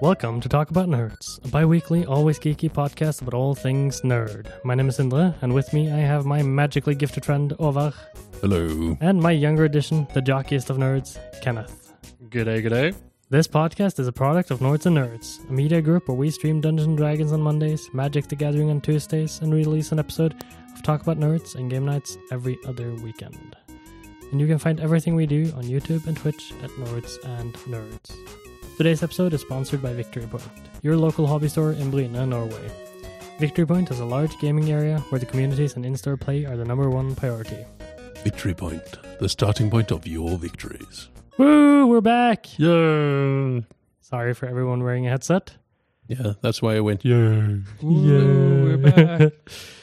Welcome to Talk About Nerds, a bi weekly, always geeky podcast about all things nerd. My name is Indra, and with me I have my magically gifted friend Ovar Hello. and my younger edition, the jockiest of nerds, Kenneth. G'day, g'day. This podcast is a product of Nords and Nerds, a media group where we stream Dungeons and Dragons on Mondays, Magic the Gathering on Tuesdays, and release an episode of Talk About Nerds and Game Nights every other weekend. And you can find everything we do on YouTube and Twitch at Nords and Nerds. Today's episode is sponsored by Victory Point, your local hobby store in Bryne, Norway. Victory Point is a large gaming area where the communities and in-store play are the number one priority. Victory point, the starting point of your victories. Woo, we're back! Yeah. Sorry for everyone wearing a headset. Yeah, that's why I went, yay. Woo, we're back.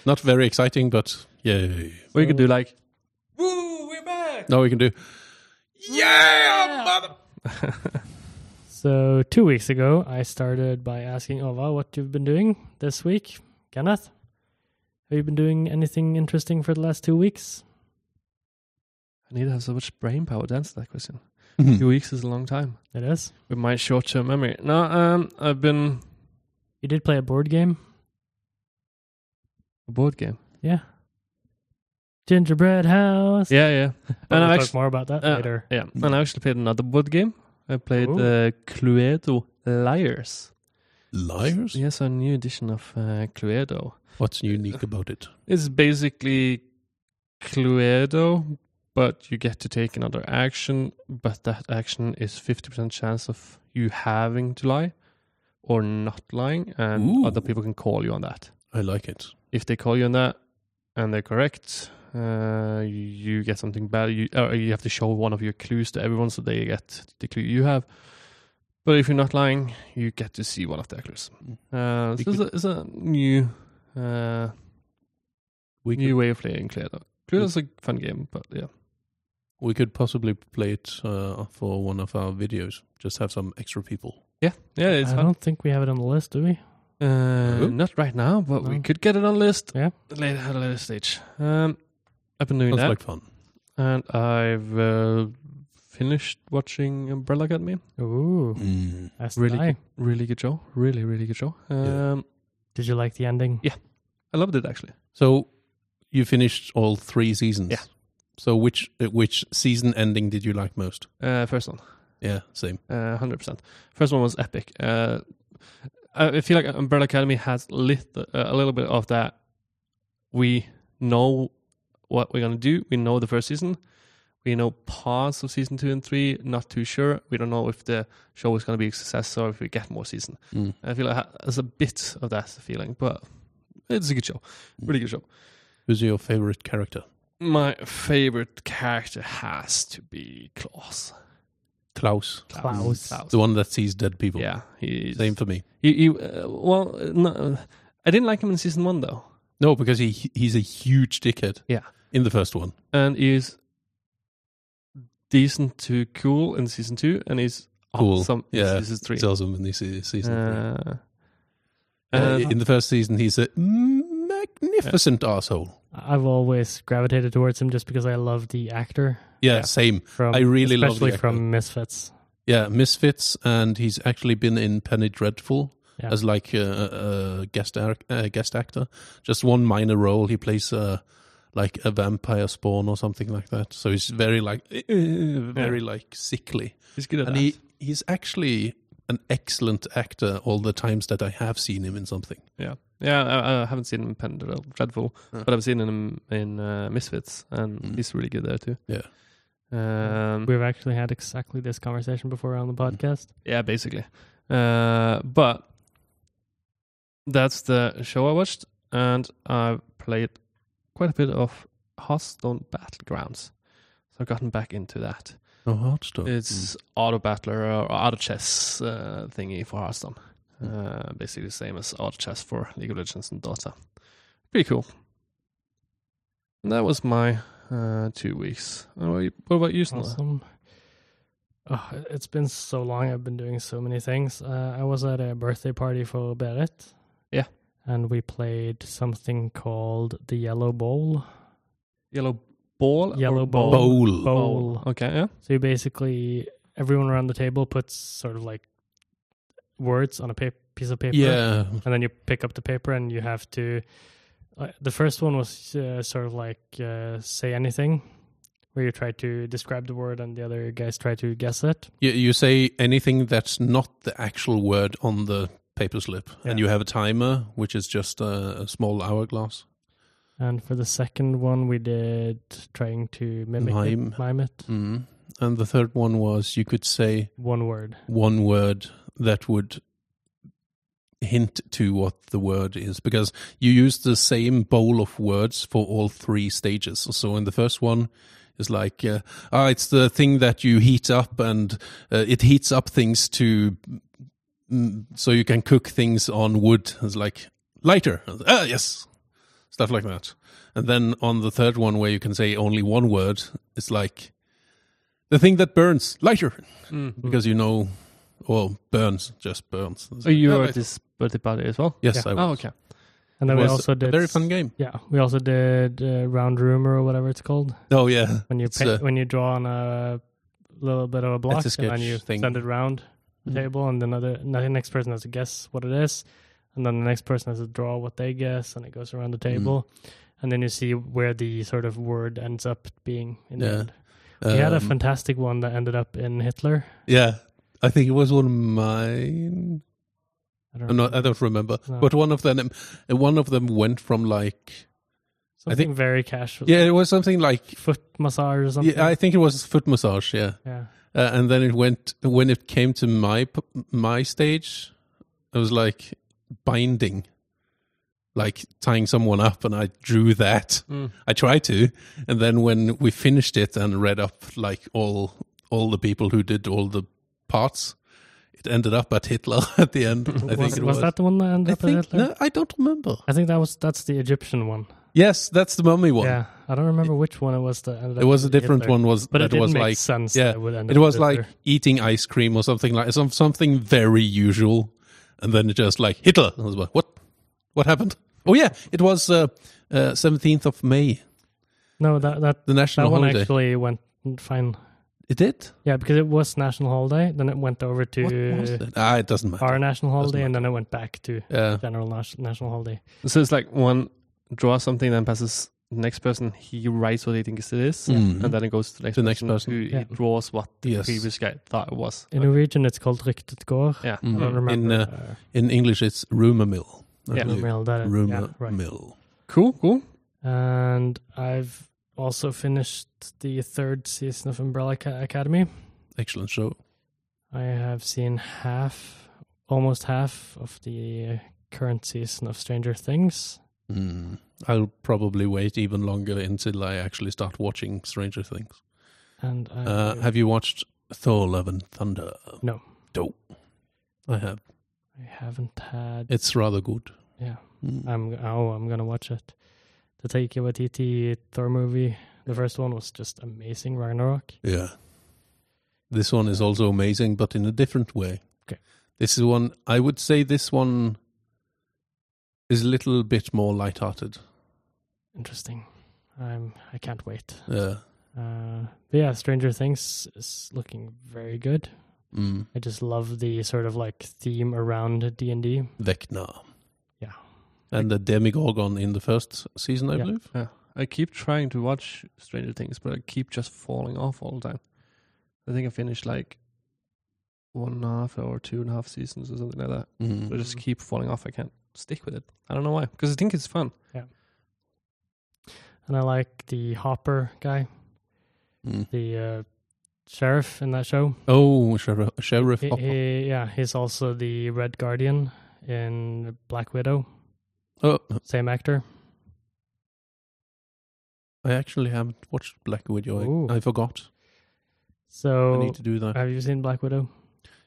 Not very exciting, but yay. we could do like, Now we can do, yeah, mother. So two weeks ago, I started by asking Ova what you've been doing this week. Kenneth, have you been doing anything interesting for the last two weeks? I need to have so much brain power to answer that question. Mm-hmm. Two weeks is a long time It is. with my short term memory. No, um, I've been You did play a board game. a board game. Yeah. Gingerbread House. Yeah, yeah. But and we'll I've talk actually, more about that uh, later. yeah, and I actually played another board game. I played Ooh. uh, Cluedo Liars. Liars? Yes, a new edition of uh, Cluedo. What's unique about it? It's basically Cluedo, but you get to take another action, but that action is 50% chance of you having to lie or not lying, and Ooh. other people can call you on that. I like it. If they call you on that and they're correct, uh, you get something bad. You, or you have to show one of your clues to everyone so they get the clue you have. But if you're not lying, you get to see one of their clues. Uh, so We it's a, it's a new uh, We could, new way of playing Cluedo. Cluedo's a fun game, but yeah. we could possibly play it uh, for one of our videos. Just have some extra people. Yeah, yeah, it's I fun. don't think we have it on the list, do we? Uh, Who? er not right now, but we No. could get it on list Yeah. later at a later stage. Um, I've been doing Sounds that, like fun. and I've uh, finished watching Umbrella Academy. Ooh, Mm. that's Really die. Really good show. Really, really good show. Um, Yeah. Did you like the ending? Yeah. I loved it actually. So you finished all three seasons. Yeah. So which uh, which season ending did you like most? Uh, first one, Yeah, same. hundred percent. Eh, First one was epic. Uh, I I feel like Umbrella Academy has lit uh, a little bit of that. We know what we're gonna do. We know the first season. We know parts of season two and three. Not too sure. We don't know if the show is gonna be a success or if we get more season. Mm. I feel like ha- there's a bit of that feeling, but it's a good show. Really good show. Who's your favorite character? My favorite character has to be Klaus. Klaus, Klaus. Klaus. the one that sees dead people. Yeah, he's Same for me. You, you uh, well, uh, no, uh, I didn't like him in season one though, No, because he he's a huge dickhead. Yeah. In the first one. and he's decent to cool in season two, and he's Cool. awesome Yeah. in season three. It's awesome in this se- season. Uh, uh-huh. three. Uh, and in the first season, he's a magnificent asshole. I've always gravitated towards him just because I love the actor Yeah, Yeah. same. from I really love the especially actor. from Misfits. Yeah, Misfits, and he's actually been in Penny Dreadful Yeah. as like a, a guest ac- uh, guest actor. Just one minor role. He plays uh, like a vampire spawn or something like that. So he's very like very like sickly. he's good at and that. he, he's actually an excellent actor all the times that I have seen him in something. yeah, yeah. I, I haven't seen him in Pen Dreadful, Huh. Hmm. but I've seen him in uh, Misfits, and he's really good there too. Yeah. Um, We've actually had exactly this conversation before on the podcast. Yeah, basically. Uh, but that's the show I watched, and I played quite a bit of Hearthstone Battlegrounds. So I've gotten back into that. Oh, Hearthstone. hmm. It's auto battler uh, or auto chess uh, thingy for Hearthstone. Hmm. Uh, basically the same as auto chess for League of Legends and Dota. Pretty cool. And that was my uh, two weeks. Uh, What you- what about you, Snor? Awesome. Oh, it's been so long. I've been doing so many things. Uh, I was at a birthday party for Berit. Yeah. And we played something called the Yellow Bowl. Yellow ball? or Yellow ball. Bowl. Bowl. Oh. Okay, yeah. So you basically, everyone around the table puts sort of like words on a pa- piece of paper. Yeah, and then you pick up the paper and you have to uh, the first one was uh, sort of like uh, say anything where you try to describe the word and the other guys try to guess it you, you say anything that's not the actual word on the paper slip, Yeah. and you have a timer, which is just a, a small hourglass. and for the second one we did trying to mimic Mime. it, mime it Mm. And the third one was you could say one word one word that would hint to what the word is because you use the same bowl of words for all three stages so in the first one it's like uh, ah it's the thing that you heat up and uh, it heats up things to mm, so you can cook things on wood it's like lighter ah yes stuff like that and then on the third one where you can say only one word it's like the thing that burns lighter Hmm. Mm. because you know, well, burns just burns. Oh, you Yeah, were I- at this birthday party as well? Yes, Yeah. I was. Oh, okay. and then we Was also a did very fun game. yeah we also did uh, round rumor or whatever it's called Oh yeah, when you It's pa- a- when you draw on a little bit of a block It's a and then sketch you thing. send it around the Mm. table and then other the next person has to guess what it is and then the next person has to draw what they guess and it goes around the Mm-hmm. table and then you see where the sort of word ends up being in the Yeah. end we had a Um, fantastic one that ended up in hitler Yeah, I think it was one of mine. i don't I'm not, remember. I don't remember, No. but one of them, one of them went from like I something think- very casual yeah, it was something like foot massage or something yeah, I think it was foot massage, yeah, yeah uh, and then it went when it came to my p- my stage, it was like binding, like tying someone up, and I drew that. I tried to, and then when we finished it and read up like all all the people who did all the parts, it ended up at Hitler at the end. I think was, it was was. that the one that ended I up at think hitler no, I don't remember. i think that was that's the egyptian one Yes, that's the mummy one. yeah i don't remember which one it was that ended It up was a with different Hitler. one. Was But it that did was make like sense. yeah, that it, would end it up was with like Hitler. eating ice cream or something like some something very usual, and then it just like Hitler. I was like, what? What happened? Oh yeah, it was uh, seventeenth of May, no that that the that national one holiday. actually went fine. it did. Yeah, because it was national holiday, then it went over What was to it? Ah, it doesn't matter. Uh, our national holiday, matter. and then it went back to Yeah. general nas- national holiday. So it's like one draw something, then passes the next person. He writes what he thinks it is, Mm. and then it goes to the next, The next person. who Yeah. he draws what the Yes. previous guy thought it was. In Norwegian, it's called ryktet går. yeah. I Mm. don't remember. In, uh, In English, it's rumor mill. I Yeah. believe. Rumel, that is- Rumor yeah, right. mill. Cool, cool. And I've also finished the third season of Umbrella Ca- Academy. Excellent show. I have seen half, almost half of the uh, current season of Stranger Things. Mm. I'll probably wait even longer until I actually start watching Stranger Things. And I Uh, have you watched Thor: Love and Thunder? No. Dope. I have. I haven't had It's rather good. Yeah. Mm. I'm oh, I'm gonna watch it. The Taika Waititi Thor movie, the first one was just amazing. Ragnarok. Yeah. This one is also amazing, but in a different way. Okay. This is one, I would say this one is a little bit more lighthearted. Interesting. I'm I can't wait. Yeah. Uh, but yeah, Stranger Things is looking very good. Mm. I just love the sort of like theme around D and D. Vecna. Yeah. And the Demigorgon in the first season, I Yeah. believe. I keep trying to watch Stranger Things, but I keep just falling off all the time. I think I finished like one and a half or two and a half seasons or something like that. Mm. Mm, I just keep falling off. I can't stick with it. I don't know why. Because I think it's fun. And I like the Hopper guy, Mm. the uh, sheriff in that show. Oh, Sheriff, Sheriff He, Hopper. he, yeah, he's also the Red Guardian in Black Widow. Oh, Same actor. I actually haven't watched Black Widow. Ooh. I, I forgot. So uh, I need to do that. Have you seen Black Widow?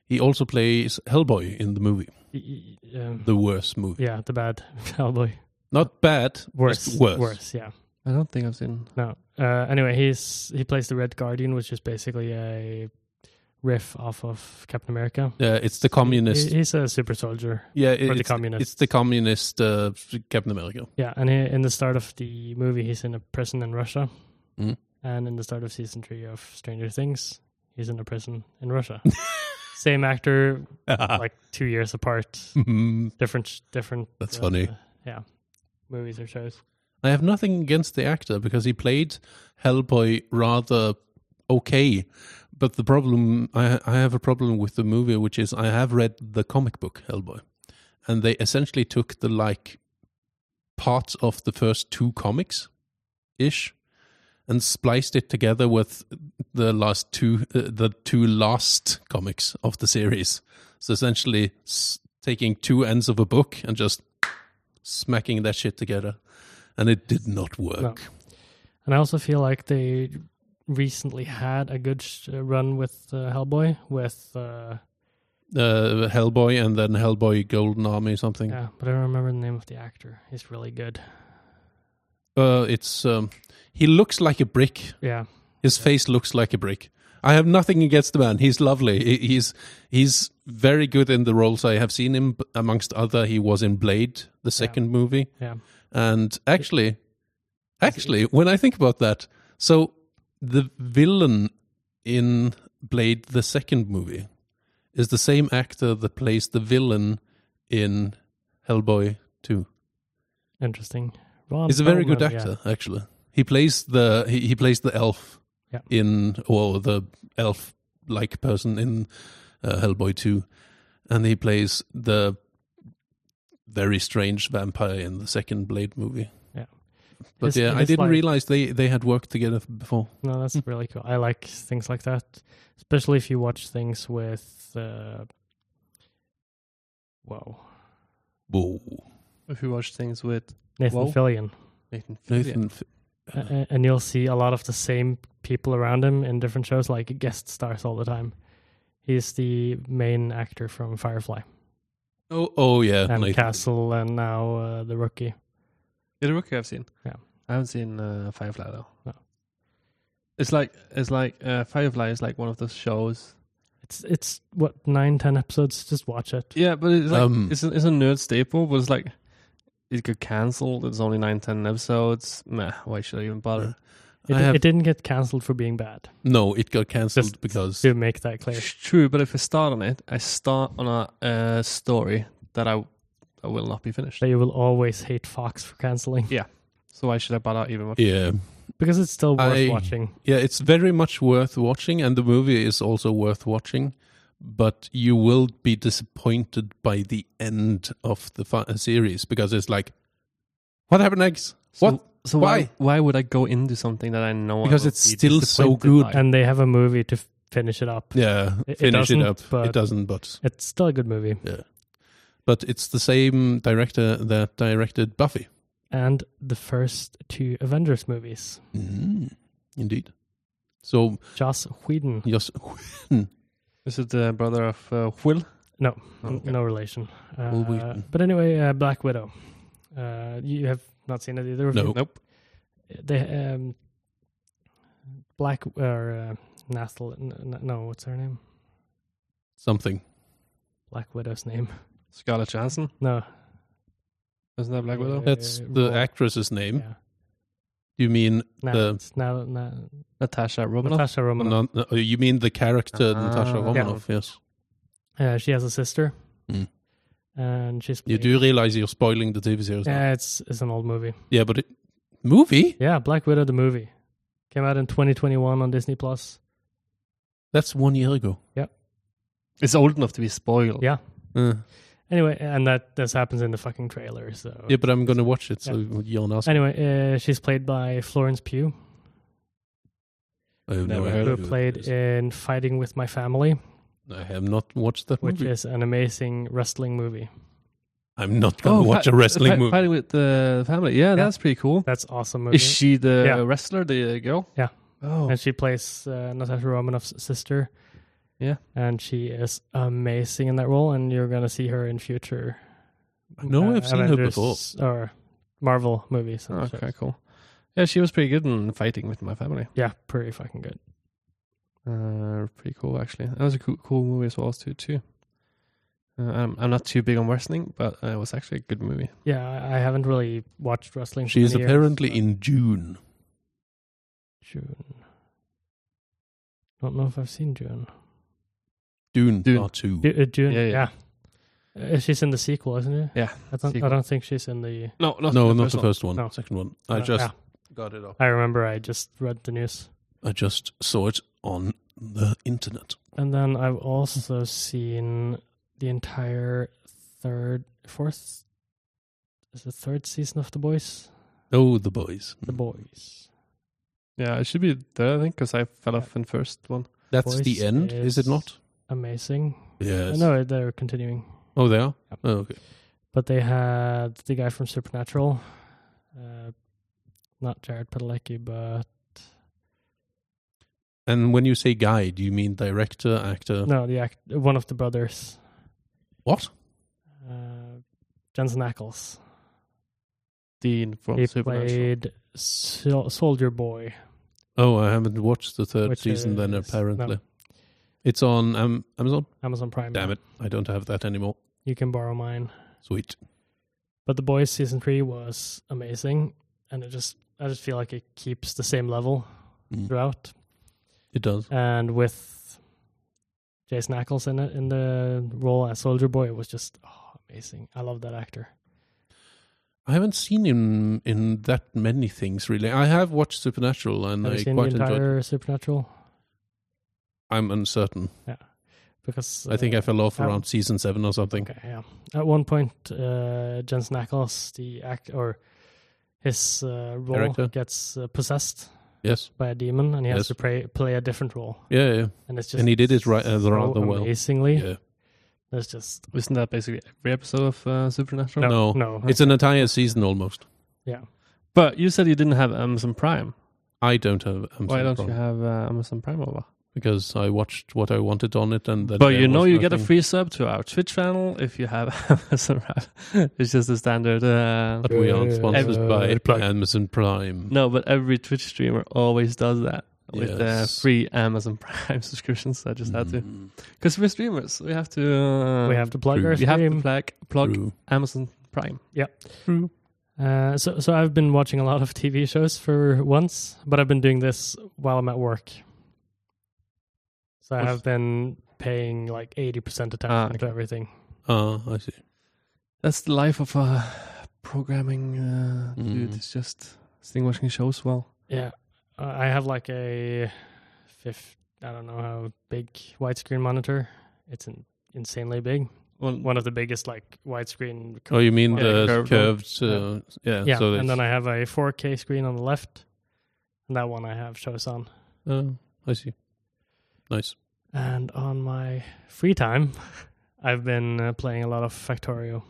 He also plays Hellboy in the movie, Y- y- Um, the worst movie. yeah, the bad cowboy. Not bad, just Worse, worse. worse, yeah. I don't think I've seen. No. Uh, anyway, he's he plays the Red Guardian, which is basically a riff off of Captain America. Yeah, it's the communist. He- he's a super soldier. yeah, it- the it's, communists. it's the communist uh, Captain America. Yeah, and he, in the start of the movie, he's in a prison in Russia, Mm. and in the start of season three of Stranger Things, he's in a prison in Russia. same actor, Ah. like two years apart, Mhm. different different. uh, That's funny. Yeah, movies or shows. I have nothing against the actor because he played Hellboy rather okay. But the problem I I have a problem with the movie, which is I have read the comic book Hellboy, and they essentially took the like parts of the first two comics, ish, and spliced it together with the last two uh, the two last comics of the series. So essentially, s- taking two ends of a book and just smacking that shit together and it did not work. No. And I also feel like they recently had a good sh- run with uh, Hellboy with uh, Uh, Hellboy and then Hellboy Golden Army something. yeah, but I don't remember the name of the actor. He's really good. Uh, it's um, he looks like a brick. Yeah, His face looks like a brick. I have nothing against the man. He's lovely. He- He's he's very good in the roles I have seen him. b- Amongst other, he was in Blade, the second movie. yeah. And actually, actually, when I think about that, so the villain in Blade, the second movie, is the same actor that plays the villain in Hellboy 2. Interesting. Ron He's a very good Perlman, yeah. actor, actually. He plays the he, he plays the elf Yeah. in or the elf like person in uh, Hellboy 2 and he plays the very strange vampire in the second Blade movie. Yeah. But It's- yeah, it I is didn't Hmm. like- realize they they had worked together before. No, that's really cool. I like things like that, especially if you watch things with. Uh, whoa, Whoa. If you watch things with Nathan Whoa. Fillion, Nathan, Fillion. Nathan F- A- Uh. a- and you'll see a lot of the same people around him in different shows, like guest stars all the time. He's the main actor from Firefly Oh, oh yeah, and Nathan. Castle, and now uh, the rookie. Yeah, the rookie I've seen. Yeah. I haven't seen uh, Firefly though. No. It's like it's like uh, Firefly is like one of those shows. It's it's what nine ten episodes. Just watch it. Yeah, but it's like Um, it's a, it's a nerd staple, but it's like it got cancelled. It's only nine, ten episodes. Nah, why should I even bother? It, I have- it didn't get cancelled for being bad. No, it got cancelled Just because To make that clear, It's true, but if I start on it, I start on a uh, story that I I will not be finished. that you will always hate Fox for canceling So why should I bother even? More? yeah, because it's still worth I- watching. yeah, it's very much worth watching, and the movie is also worth watching. But you will be disappointed by the end of the fi- uh, series because it's like, what happened next? So, what? So Why? why why would I go into something that I know I Because will it's be still so disappointed good. by? and they have a movie to f- finish it up. Yeah, It- it finish it, doesn't, up. but- It doesn't, but It's still a good movie, but it's the same director that directed Buffy. and the first two Avengers movies, Mm, indeed. So Joss Whedon, just Is it the brother of uh, Will? No. Oh, okay. no relation. Uh, Will Wheaton. But anyway, uh, Black Widow. Uh, you have not seen it either. of No. you? Nope. The um, Black or uh, Nathal? N- n- no, what's her name? something. Black Widow's name? Scarlett Johansson. No, Isn't that Black Widow? Yeah. That's the Roll. actress's name. yeah, You mean Na- The- it's Na- Na- Natasha Romanoff. Natasha Romanoff. No, no, Uh, you mean the character Ah. Natasha Yeah. Romanoff? Yes. Uh, she has a sister, Mm. and she's You played- do realize you're spoiling the TV series. now. Yeah, it's it's an old movie. Yeah, but it, movie? Yeah, Black Widow the movie came out in 2021 on Disney Plus. That's one year ago. It's old enough to be spoiled. Yeah. Uh, Anyway, and that this happens in the fucking trailer. So yeah, but I'm gonna watch it. So you're not. anyway, uh, she's played by Florence Pugh, I have Never Oh, no heard idea who who it played is. in Fighting with My Family, I have not watched that which movie. is an amazing wrestling movie. I'm not gonna watch fi- a wrestling fi- movie. Fighting with the family. Yeah, that's pretty cool. That's awesome movie. Is she the Yeah. wrestler, the uh, girl? Yeah. Oh, and she plays uh, Natasha Romanoff's sister. Yeah. and she is amazing in that role, and you're gonna see her in future. uh, No, I've seen her Avengers or Marvel movies. and Oh, okay, shows. cool. Yeah, she was pretty good in fighting with my family. Yeah, pretty fucking good. Uh, pretty cool actually. That was a cool, cool movie as well as too. too. Uh, I'm, I'm not too big on wrestling, but uh, it was actually a good movie. Yeah, I I haven't really watched wrestling. for she is many years, apparently but- in June. June. Don't know if I've seen June. Dune, Dune. Part Two. Du- uh, June, Yeah, yeah. yeah. Uh, she's in the sequel, isn't it? Yeah, I don't, I sequel. don't think she's in the. No, not No, the not first the one. first one. No. Second one. I uh, just yeah. got it up. I remember I just read the news. I just saw it on the internet. And then I've also seen the entire third, fourth, is the third season of The Boys? Oh, the boys. The Boys. Yeah, it should be there, I think, because I fell off in first one. That's Boys the end, is, it is- not? Amazing. Yes. No, they're continuing. Oh, they are. Yep. Oh, okay. But they had the guy from Supernatural, uh, not Jared Padalecki, but And when you say guy, do you mean director, actor? no, the act, one of the brothers, What? uh, Jensen Ackles. Dean from he Supernatural. played Sol- Soldier Boy. Oh, I haven't watched the third Which season. then is- apparently, no. it's on um, Amazon. Amazon Prime. Damn it, I don't have that anymore. You can borrow mine. Sweet. But The Boys season three was amazing, and it just I just feel like it keeps the same level Mm. throughout, It does. and with Jason Ackles in it in the role as Soldier Boy, it was just oh, amazing. I love that actor. I haven't seen him in that many things really. I have watched Supernatural and Have I you seen the quite enjoyed. entire Supernatural? I'm uncertain. Because I think uh, I fell off um, around season seven or something. Okay, yeah. At one point, uh, Jensen Ackles, the act or his uh, role Character? gets uh, possessed Yes. by a demon, and he Yes. has to play play a different role, Yeah. Yeah. and it's just And he did it right- uh, so rather well. amazingly. yeah. It's just Isn't that basically every episode of uh, Supernatural? no, No. no, It's an entire season almost. But you said you didn't have Amazon Prime. I don't have Amazon Why don't Prime you have uh, Amazon Prime over? because I watched what I wanted on it and then But there you know, was you get a nothing. free sub to our Twitch channel if you have Amazon Prime. it's just the standard. Uh, But we aren't sponsored Uh, by plug. Amazon Prime. no, but every Twitch streamer always does that with uh, Yes. free Amazon Prime subscriptions. I just had to Mm, because we're streamers. We have to. Uh, we have to plug our True. we have to stream. plug plug true. Amazon Prime. Uh, so, so I've been watching a lot of TV shows for once, but I've been doing this while I'm at work. So I What's- have been paying like eighty percent attention Ah, to everything. Ah, I see. That's the life of a programming uh, dude. Mhm. It's just sitting watching shows. Well, Yeah, uh, I have like a fifth. I don't know how big widescreen monitor. It's in, insanely big. well, One of the biggest like widescreen. Oh, you mean Yeah, the curved curved? Uh, yeah. Oh, yeah, so and it's- then I have a 4K screen on the left, and that one I have shows on. Oh, I see. Nice. And on my free time, I've been uh, playing a lot of Factorio.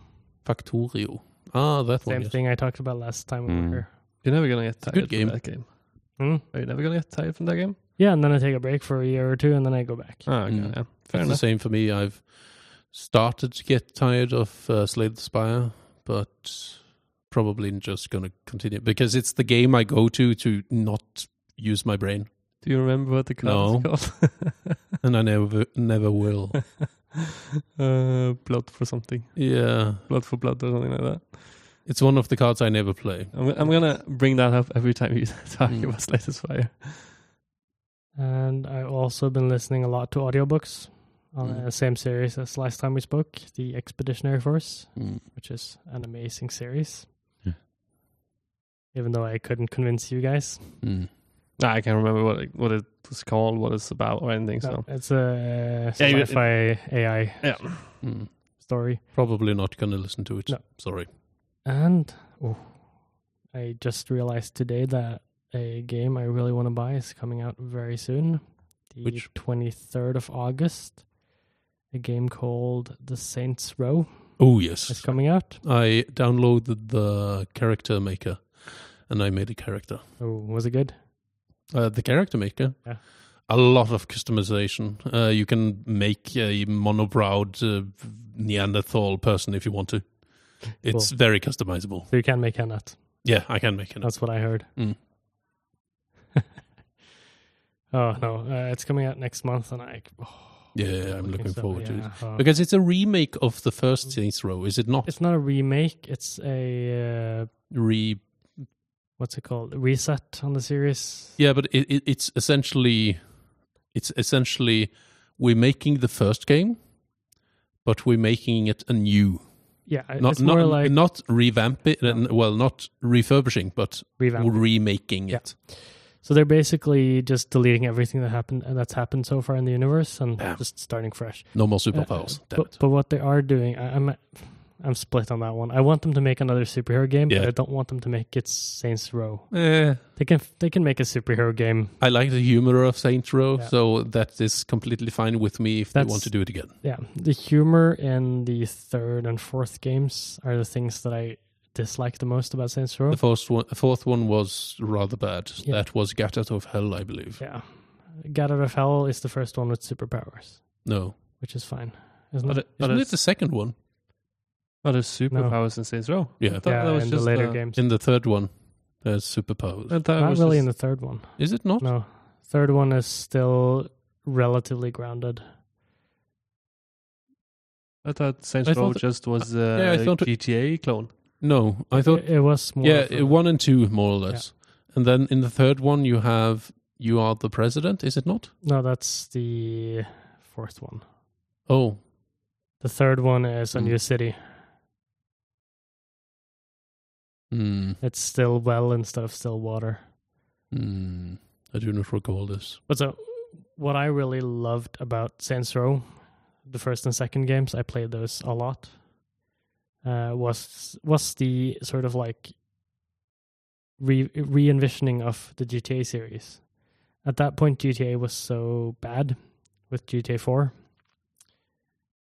Factorio. Ah, that Same one. yes. thing I talked about last time we Mm. Hmm. were here. you're never gonna get a tired. good from game. That game. Hmm? Are you never gonna get tired from that game? Yeah, and then I take a break for a year or two, and then I go back. Oh, okay, Mm. yeah. Fair It's the enough. same for me. I've started to get tired of uh, Slay the Spire, but probably just going to continue because it's the game I go to to not use my brain, Do you remember what the No. card is called? and I never never will. uh, blood for something, yeah, blood for blood, or something like that. it's one of the cards I never play. I'm, I'm gonna bring that up every time you talk Mm. about Slatest Fire. And I've also been listening a lot to audiobooks on Mm. the same series as last time we spoke, the Expeditionary Force, Mm. which is an amazing series. Yeah. Even though I couldn't convince you guys, Mm. Nah, I can't remember what it, what it was called, what it's about, or anything. So No, it's a Yeah, you- sci-fi AI yeah, Mm. story. Probably not going to listen to it. No. Sorry. And oh, I just realized today that a game I really want to buy is coming out very soon, the Which? twenty third of August. A game called The Saints Row Oh is yes, coming out. I downloaded the character maker, and I made a character. Oh, was it good? Uh, the character maker. Yeah. A lot of customization. Uh, you can make a monobrowed uh, Neanderthal person if you want to. It's very customizable. So you can make Hannat. Yeah, I can make it. That's what I heard. Mm. oh no, uh, it's coming out next month, and I oh, Yeah, I'm looking so- forward to it. yeah, Mm. oh. Because it's a remake of the first Saints Row, is it not? It's not a remake. It's a uh, Re what's it called? Reset on the series. yeah, but it, it, it's essentially it's essentially we're making the first game, but we're making it anew. Yeah, Not it's not, more like not revamp it. and- Well, not refurbishing, but revamp. remaking Yeah. it. So they're basically just deleting everything that happened that's happened so far in the universe and Yeah. just starting fresh. No more superpowers. Uh, Damn but, it. but what they are doing, I, I'm I'm split on that one. I want them to make another superhero game, but Yeah. I don't want them to make it Saints Row. Eh, They can they can make a superhero game. I like the humor of Saint Row, Yeah. so that is completely fine with me if they That's- want to do it again. Yeah, the humor in the third and fourth games are the things that I dislike the most about Saints Row. The first one, the fourth one was rather bad. Yeah. That was Gat Out of Hell, I believe. yeah, God of Hell is the first one with superpowers, No, which is fine, isn't Are it? there, are isn't there, it the second one? are there superpowers in Saints Row? Yeah. I thought Yeah, that was in the just later uh, games. In the third one, there's superpowers. I thought it Not was really just- in the third one. is it not? No, third one is still relatively grounded. I thought Saints I Row thought- just was uh, yeah, I thought- GTA clone. No, I thought it, it was more. yeah, of a- uh, one and two more or less, and then in the third one you have you are the president, is it not? no, that's the fourth one. Oh, The third one is a Mm. new city. hmm, It's still well instead of still water. hmm. I do not recall this. But so, what I really loved about Saints Row, the first and second games, I played those a lot. Uh, was was the sort of like re re envisioning of the GTA series. At that point, GTA was so bad with GTA Four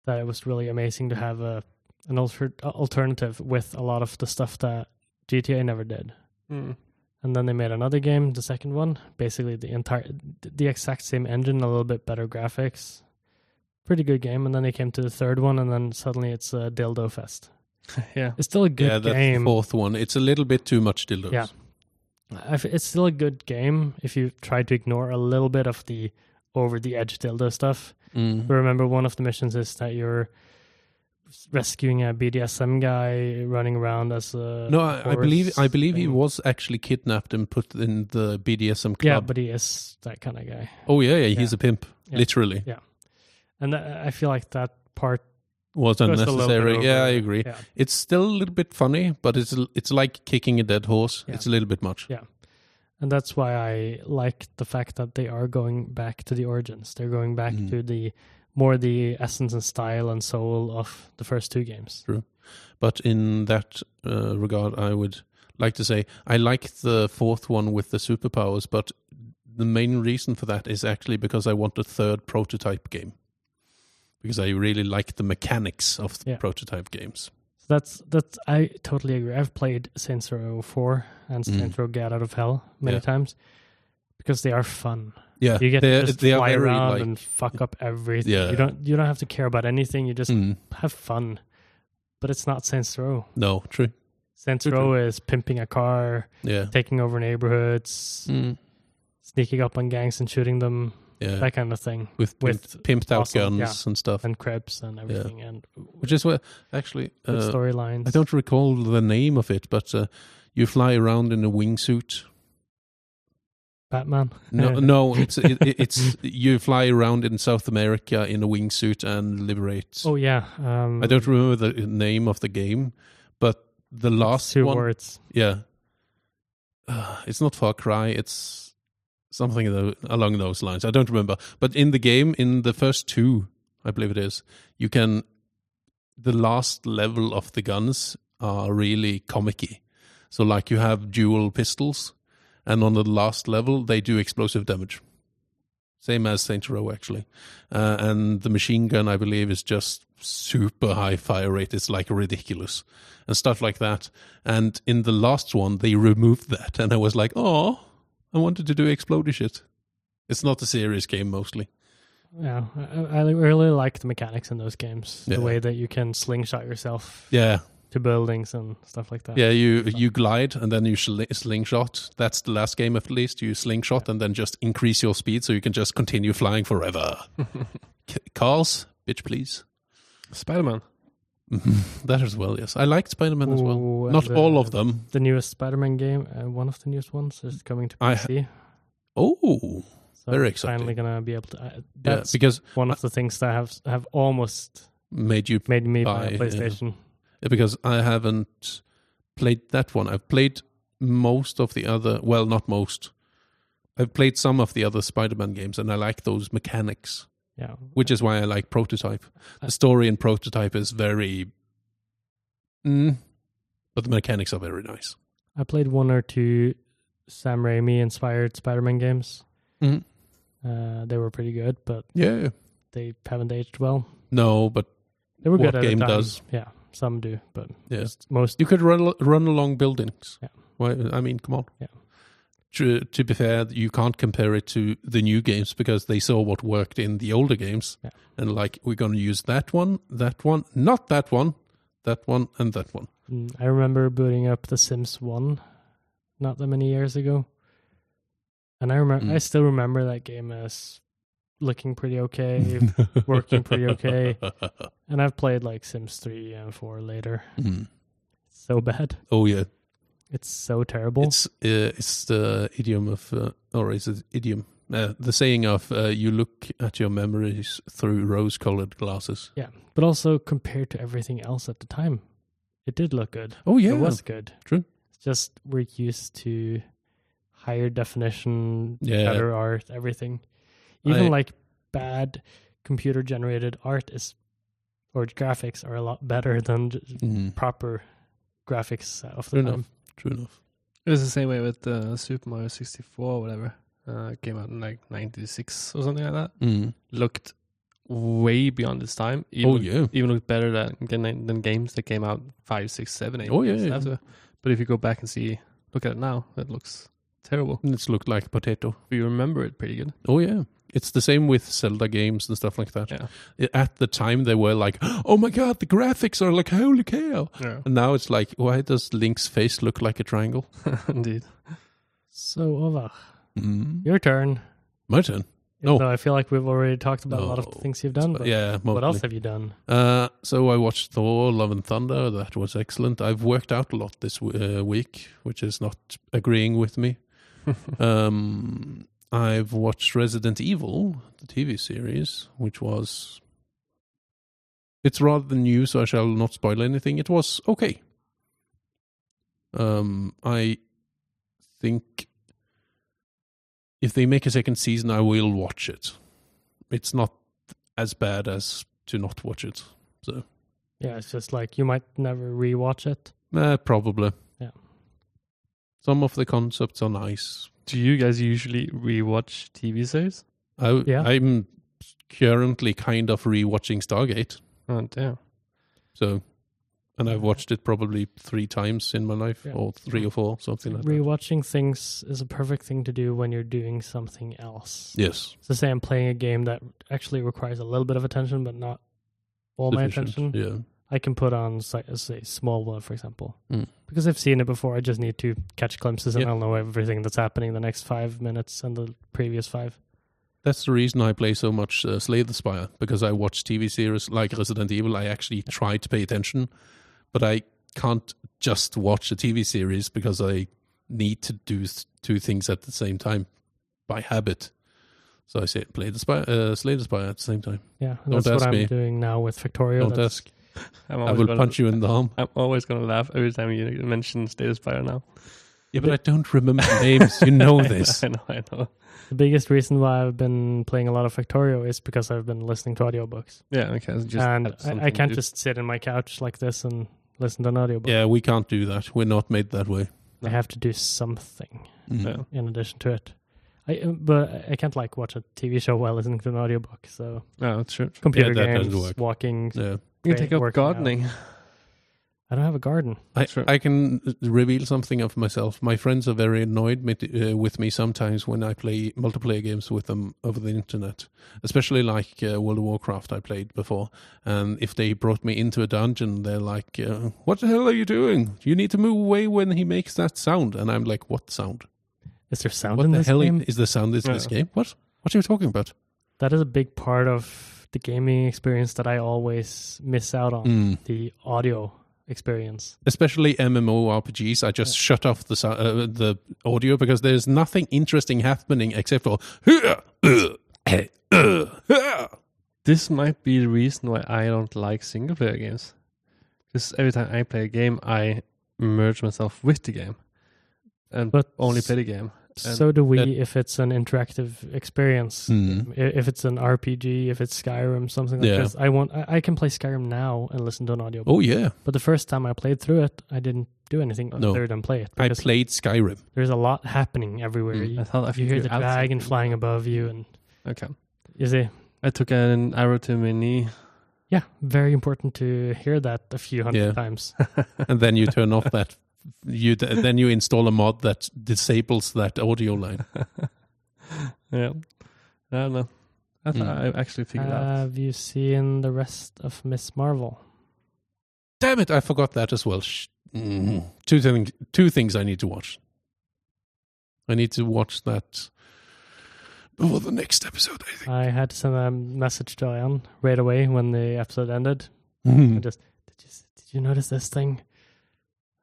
that it was really amazing to have a an alter, alternative with a lot of the stuff that GTA never did Mm. and then they made another game, the second one, basically the entire the exact same engine, a little bit better graphics. Pretty good game, and then they came to the third one, and then suddenly it's a dildo fest. yeah. It's still a good yeah, that's game. the fourth one. It's a little bit too much dildos. Yeah. I f- It's still a good game if you try to ignore a little bit of the over the edge dildo stuff. Mm. But remember, one of the missions is that you're rescuing a BDSM guy running around as a No, I, I horse believe I believe he thing. was actually kidnapped and put in the BDSM club. Yeah, but he is that kind of guy. oh yeah, yeah, he's a pimp, Yeah. literally. And that, I feel like that part Was a little bit unnecessary. over, Yeah, I agree. yeah. It's still a little bit funny, but it's it's like kicking a dead horse. Yeah. It's a little bit much. And that's why I like the fact that they are going back to the origins. They're going back Mm. to the more the essence and style and soul of the first two games. But in that uh, regard, I would like to say I like the fourth one with the superpowers, but the main reason for that is actually because I want a third prototype game. Because I really like the mechanics of the Yeah. prototype games. So that's that's I totally agree. I've played Saints Row 4 and Mm. Saints Row Get Out of Hell many Yeah. times because they are fun. Yeah, You get they're- to just they are fly very, around like- and fuck up everything. Yeah. You don't you don't have to care about anything. You just Mm, have fun. But it's not Saints Row. no, true. Saints True, true. Row is pimping a car, Yeah. taking over neighborhoods, Mm, sneaking up on gangs and shooting them, yeah. that kind of thing, with, with with pimped out awesome- guns yeah. and stuff. and cribs and everything, and Which is where, actually, good uh, storylines. I don't recall the name of it, but uh, you fly around in a wingsuit. Batman. No, no, it's it, it- it's you fly around in South America in a wingsuit and liberate. Oh yeah, um, I don't remember the name of the game, but the it's last two one, words. yeah, uh, it's not Far Cry. It's something tho- along those lines. I don't remember, but in the game, in the first two, I believe it is, you can. The last level of the guns are really comicky. So, like, you have dual pistols, and on the last level, they do explosive damage. Same as Saint Row, actually. Uh, and the machine gun, I believe, is just super high fire rate. It's like ridiculous and stuff like that. And in the last one, they removed that, and I was like, oh, I wanted to do explodey shit. It's not a serious game mostly. Yeah, I, I really like the mechanics in those games. Yeah. The way that you can slingshot yourself Yeah, to buildings and stuff like that. yeah. You you glide and then you sli- slingshot. That's the last game, at least. You slingshot and then just increase your speed so you can just continue flying forever. C- cars, bitch, please. Spider Man. That as well, yes. I liked Spider Man as well. Ooh, and uh, Not the- all of them. The newest Spider-Man game, uh, one of the newest ones, is coming to I- PC. Oh, So Very I'm exciting. Finally gonna be able to. I Yeah, that's because one of the things that have have almost made you made me buy Buy, a PlayStation. because I haven't played that one. I've played most of the other, well, not most. I've played some of the other Spider-Man games, and I like those mechanics, Yeah, which is why I like Prototype. I- The story in Prototype is very, mm, but the mechanics are very nice. I played one or two Sam Raimi inspired Spider-Man games. Mhm. Uh, they were pretty good, but Yeah, they haven't aged well. no, but They were What good at the game time. does? Yeah, some do, but Yeah. just most you could run run along buildings. Yeah. Well, I mean, come on. Yeah. To, to be fair, you can't compare it to the new games because they saw what worked in the older games, Yeah. and like we're going to use that one, that one, not that one, that one, and that one. Mm, I remember booting up The Sims One, not that many years ago, and I remember Mm. I still remember that game as looking pretty okay, working pretty okay, and I've played like Sims Three and Four later. Mm. It's so bad, Oh yeah, it's so terrible. it's uh, it's the idiom of, uh, or is it idiom? Uh, the saying of uh, you look at your memories through rose-colored glasses. but also compared to everything else at the time, it did look good. Oh yeah, it was good. true. It's just we're used to higher definition, Yeah. better art, everything. Even I- like bad computer generated art is or graphics are a lot better than j- Mm. proper graphics of the True time. enough. True enough. It was the same way with uh, Super Mario 64 or whatever. Uh, it came out in like 96 or something like that. Mm. Looked way beyond its time. Even, Oh yeah. Even looked better than, than, than games that came out five, six, seven, eight Oh, yeah, years yeah. after. But if you go back and see, look at it now, it looks terrible. It's looked like potato. But you remember it pretty good. Oh yeah, it's the same with Zelda games and stuff like that. Yeah. I- At the time, they were like, "Oh my god, the graphics are like holy cow!" Yeah. And now it's like, why does Link's face look like a triangle? Indeed. So Ola, Mm. your turn. My turn. Even No. though I feel like we've already talked about a lot of the No. things you've done, but Oh. yeah. what mostly. else have you done? Uh, so I watched Thor: Love and Thunder. That was excellent. I've worked out a lot this w- uh, week, which is not agreeing with me. um, I've watched Resident Evil, the TV series, which was. It's rather new, so I shall not spoil anything. It was okay. Um, I think if they make a second season, I will watch it. It's not as bad as to not watch it. Yeah, it's just like you might never rewatch it. Uh, probably. Yeah. Some of the concepts are nice. Do you guys usually rewatch TV series? I, Yeah. I'm currently kind of rewatching Stargate. Oh, damn. So, and I've watched it probably three times in my life, Yeah. or three or four, something like that. Rewatching things is a perfect thing to do when you're doing something else. Yes. So say I'm playing a game that actually requires a little bit of attention, but not all my sufficient. attention. Yeah. I can put on say, say Small World, for example, Mm. because I've seen it before. I just need to catch glimpses, and Yeah. I'll know everything that's happening the next five minutes and the previous five. That's the reason I play so much uh, Slay the Spire because I watch TV series like Resident Evil. I actually try to pay attention, but I can't just watch a TV series because I need to do th- two things at the same time by habit. So I say play the Spire, uh, Slay the Spire at the same time. Yeah, and Don't that's what ask I'm me. doing now with Victoria. Don't That's- ask. I'm I always will gonna- punch you in the arm. I'm always going to laugh every time you mention Status Spire now. Yeah, but I don't remember names. You Oh, know this. I know, I know. The biggest reason why I've been playing a lot of Victoria is because I've been listening to audiobooks, Yeah, okay. so just and add I, I something can't to- just sit in my couch like this and listen to an audiobook. Yeah, we can't do that. We're not made that way. I have to do something Mm. Yeah. in addition to it. I uh, but I can't like watch a TV show while listening to an audiobook. So No, it's true. computer that doesn't games, work. walking. yeah. You Great can take up working out. gardening. I don't have a garden. I, Sure. I can reveal something of myself. My friends are very annoyed mit- uh, with me sometimes when I play multiplayer games with them over the internet, especially like uh, World of Warcraft I played before. And if they brought me into a dungeon, they're like, uh, "What the hell are you doing? You need to move away when he makes that sound." And I'm like, "What sound? Is there sound What in the this hell i- game? is the sound in this Yeah. game? What? What are you talking about?" that is a big part of the gaming experience that I always miss out on Mm. the audio experience. especially MMORPGs, I just shut off the sou- uh, the audio because there's nothing interesting happening except for This might be the reason why I don't like single player games. Because every time I play a game, I merge myself with the game and But only play the game. And so do we that- if it's an interactive experience. Hmm. I- If it's an RPG, if it's Skyrim, something like Yeah. this, I want I, I can play Skyrim now and listen to an audiobook. Oh yeah, But the first time I played through it, I didn't do anything No. other than play it I because played Skyrim. there's a lot happening everywhere. Mm. You, I thought I you hear figured the out dragon something. flying above you, and Okay. you see, I took an arrow to my knee. yeah, very important to hear that a few hundred Yeah. times. and then you turn off that you then you install a mod that disables that audio line. Yeah. I don't know. I thought I actually figured out. Have you seen the rest of Miss Marvel? Damn it, I forgot that as well. Sh- mm. Two things two things I need to watch. I need to watch that before the next episode, I think. I had to send a message to Ian right away when the episode ended. Hmm. I just did you did you notice this thing?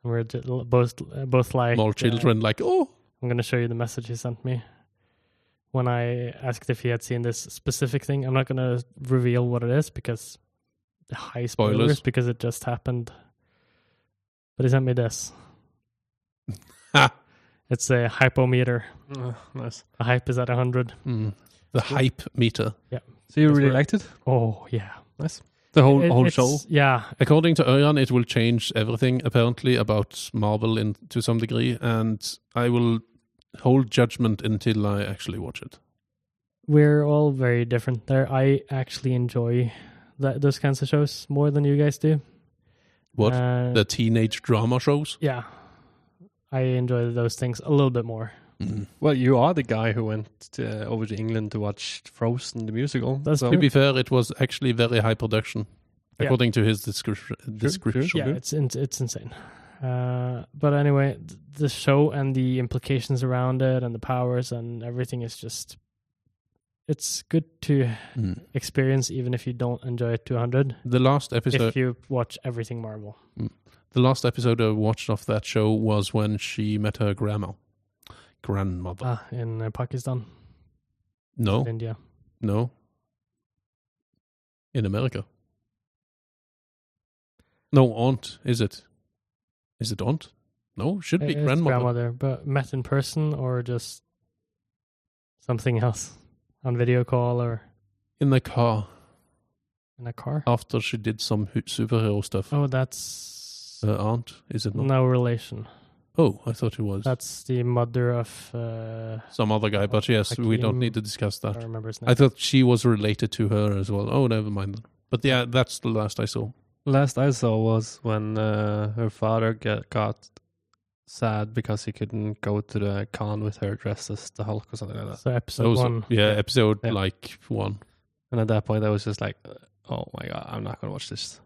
And we're just both both like Small uh, children like, "Oh, I'm going to show you the message he sent me. When I asked if he had seen this specific thing, I'm not going to reveal what it is because high spoilers, Spoilers. because it just happened. But he sent me this. Ha. It's a hypometer. Oh, nice. The hype is at 100. Mm. The hype meter. So you That's really where- liked it? Oh, yeah. Nice. The whole It- whole it's- show. Yeah. According to Örjan, it will change everything apparently about Marvel in, to some degree, and I will hold judgment until I actually watch it. We're all very different there. I actually enjoy that, those kinds of shows more than you guys do. What Uh, the teenage drama shows? yeah. I enjoy those things a little bit more. Mm. Well, you are the guy who went to, over to England to watch Frozen, the musical. That's so, To be fair, it was actually very high production, Yeah. according to his description. description. yeah, it's in, it's insane. Uh, but anyway, th- the show and the implications around it, and the powers and everything is just. It's good to Mm. experience, even if you don't enjoy it to hundred. The last episode, If you watch everything Marvel, the last episode I watched of that show was when she met her grandma, grandmother. ah, in uh, Pakistan, no, India, no, in America. No, aunt is it? Is it aunt? No, should be It's grandmother. grandmother, but met in person or just something else on video call or In the car in a car. after she did some hu- superhero stuff. Oh, that's Her aunt, is it not? no relation. Oh, I thought it was That's the mother of. Uh, some other guy. But yes, we don't Hakim. need to discuss I that. don't remember his name. I thought she was related to her as well. Oh, never mind. then. But yeah, that's the last I saw. last I saw was when uh, her father get, got sad because he couldn't go to the con with her dressed as the Hulk or something like that. So So episode was, one. yeah, episode Yeah. like one. And at that point, I was just like, "Oh my god, I'm not gonna watch this.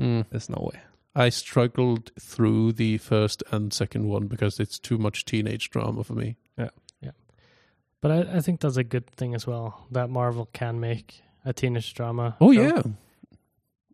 Hmm. There's no way." I struggled through the first and second one because it's too much teenage drama for me. But I, I think that's a good thing as well that Marvel can make a teenage drama. Oh show. yeah,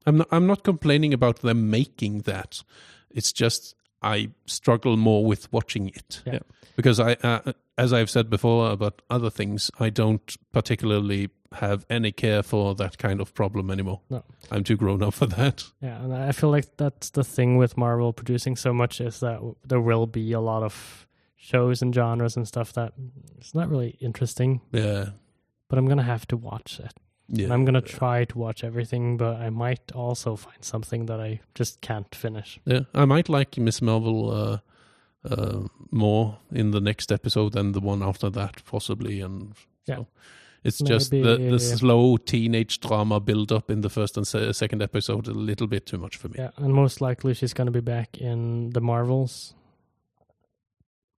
I'm not, I'm not complaining about them making that. It's just I struggle more with watching it Yeah. Yeah. because I, uh, as I've said before about other things, I don't particularly have any care for that kind of problem anymore. No. I'm too grown up for that. Yeah, and I feel like that's the thing with Marvel producing so much is that w- there will be a lot of shows and genres and stuff that it's not really interesting, Yeah, but I'm going to have to watch it. And yeah. I'm going to try to watch everything, but I might also find something that I just can't finish. Yeah, I might like Miss Marvel uh, uh, more in the next episode than the one after that, possibly. And Yeah. so it's just the, Maybe- the slow teenage drama build up in the first and se- second episode a little bit too much for me. Yeah, and most likely she's going to be back in the Marvels.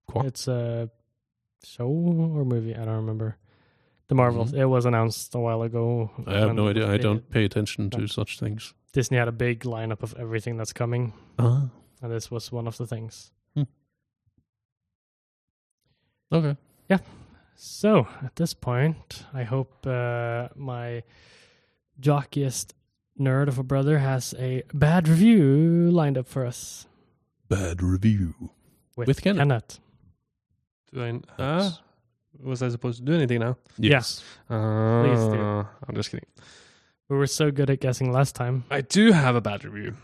Quack. It's a show or movie. I don't remember. The Marvels. It was announced a while ago. Mm-hmm. I have when no idea. I they- don't pay attention to Yeah. such things. Disney had a big lineup of everything that's coming, Ah, and this was one of the things. okay. So at this point, I hope uh, my jockiest nerd of a brother has a bad review lined up for us Bad review. with, With Kenneth. Kenneth. Do I, uh, was I supposed to do anything now? Yes. Uh, Please do. I'm just kidding. We were so good at guessing last time. I do have a bad review.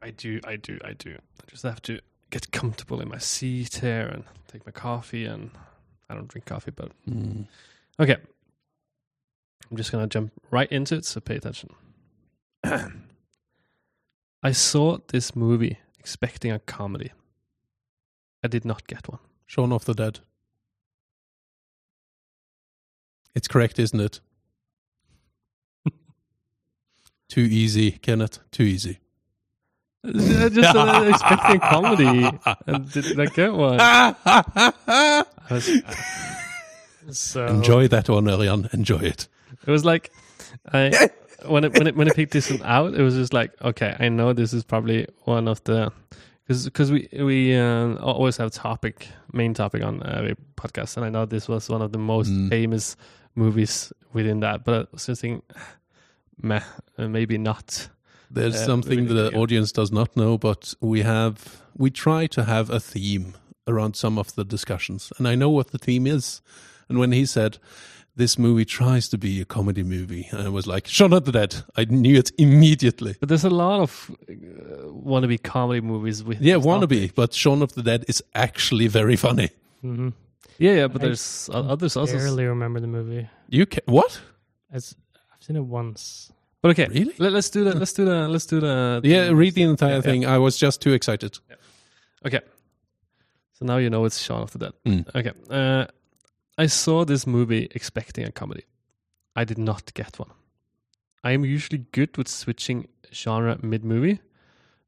I do, I do, I do. I just have to get comfortable in my seat here and take my coffee. And I don't drink coffee, but Mm. Okay. I'm just going to jump right into it, so pay attention. I saw this movie expecting a comedy. I did not get one. Shaun of the Dead. It's correct, isn't it? Too easy, Kenneth. Too easy. I just uh, expecting comedy and did not get one. I was, I- uh, So Enjoy that one, Elian. Enjoy it. it was like I when it, when it, when I picked this one out, it was just like okay, I know this is probably one of the because we we uh, always have topic main topic on every podcast, and I know this was one of the most Mm. famous movies within that. But I was just thinking, meh, uh, maybe not. There's Uh, something really the good. audience does not know, but we have we try to have a theme around some of the discussions, and I know what the theme is. And when he said this movie tries to be a comedy movie, I was like, "Shut up, that!" I knew it immediately. But there's a lot of uh, wannabe comedy movies with Yeah, this wannabe, but Shaun of the Dead is actually very funny. mhm. topic. Yeah, yeah, but I there's o- others also. barely remember the movie. You ca what? It's, I've seen it once. But okay, Really? Let, us do the let's do the let's do the Yeah, read the entire Yeah, yeah. thing. I was just too excited. Okay. So now you know it's Shaun of the Dead. Mm. Okay. Uh, I saw this movie expecting a comedy. I did not get one. I am usually good with switching genre mid movie,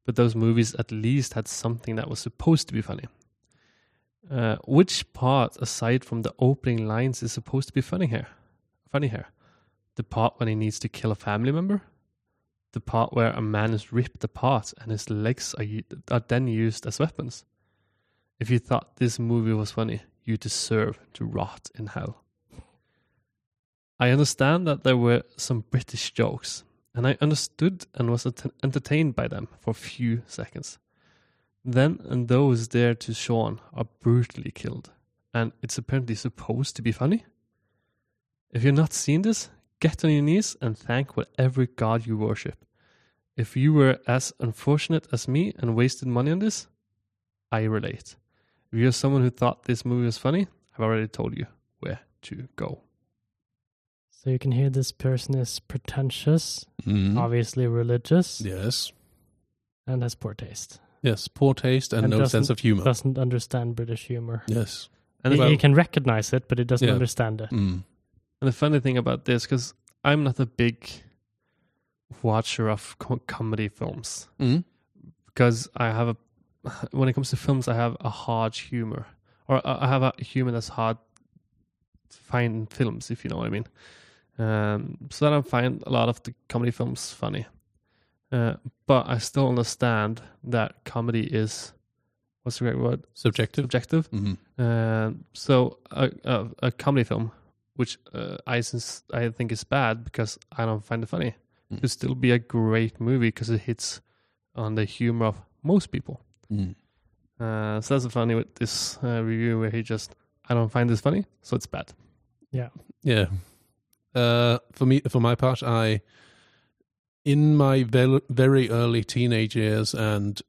but those movies at least had something that was supposed to be funny. Uh, which part, aside from the opening lines, is supposed to be funny here? Funny here, the part when he needs to kill a family member, the part where a man is ripped apart and his legs are, u- are then used as weapons. If you thought this movie was funny, you deserve to rot in hell. I understand that there were some British jokes, and I understood and was ent- entertained by them for a few seconds. Then and those there to Sean are brutally killed, and it's apparently supposed to be funny. If you've not seen this, get on your knees and thank whatever god you worship. If you were as unfortunate as me and wasted money on this, I relate. If you're someone who thought this movie was funny, I've already told you where to go. So you can hear this person is pretentious, Mm. obviously religious, Yes, and has poor taste. yes. Poor taste and, And no sense doesn't- of humor. Doesn't understand British humor. Yes. And, he, the, he well- can recognize it, but he doesn't Yeah. understand it. Mm. and the funny thing about this, because I'm not a big watcher of co- comedy films, Mm. because I have a when it comes to films, I have a hard humor, or I I have a humor that's hard to find in films, if you know what I mean. Um, so I don't find a lot of the comedy films funny, uh, but I still understand that comedy is what's the right word? Subjective. Objective. Mm. Um, so a, a a comedy film, which uh, I since I think is bad because I don't find it funny, Mm. could still be a great movie because it hits on the humor of most people. Mm. Uh, so that's the funny with this uh, review where he just I don't find this funny, so it's bad. Yeah. Uh, for me, for my part, I, in my vel- very early teenage years and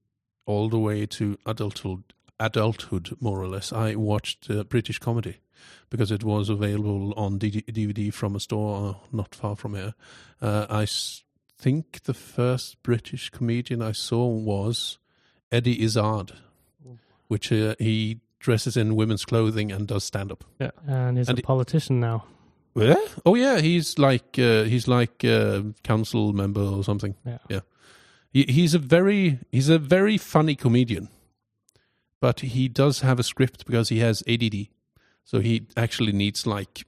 all the way to adulthood, adulthood more or less, I watched uh, British comedy because it was available on D- DVD from a store uh, not far from here. Uh, I s- think the first British comedian I saw was Eddie Izzard, which uh, he dresses in women's clothing and does stand up. And he's And a he- politician now. Yeah. Oh yeah, he's like uh, he's like uh, council member or something. Yeah. He, he's a very he's a very funny comedian, but he does have a script because he has ADD, so he actually needs like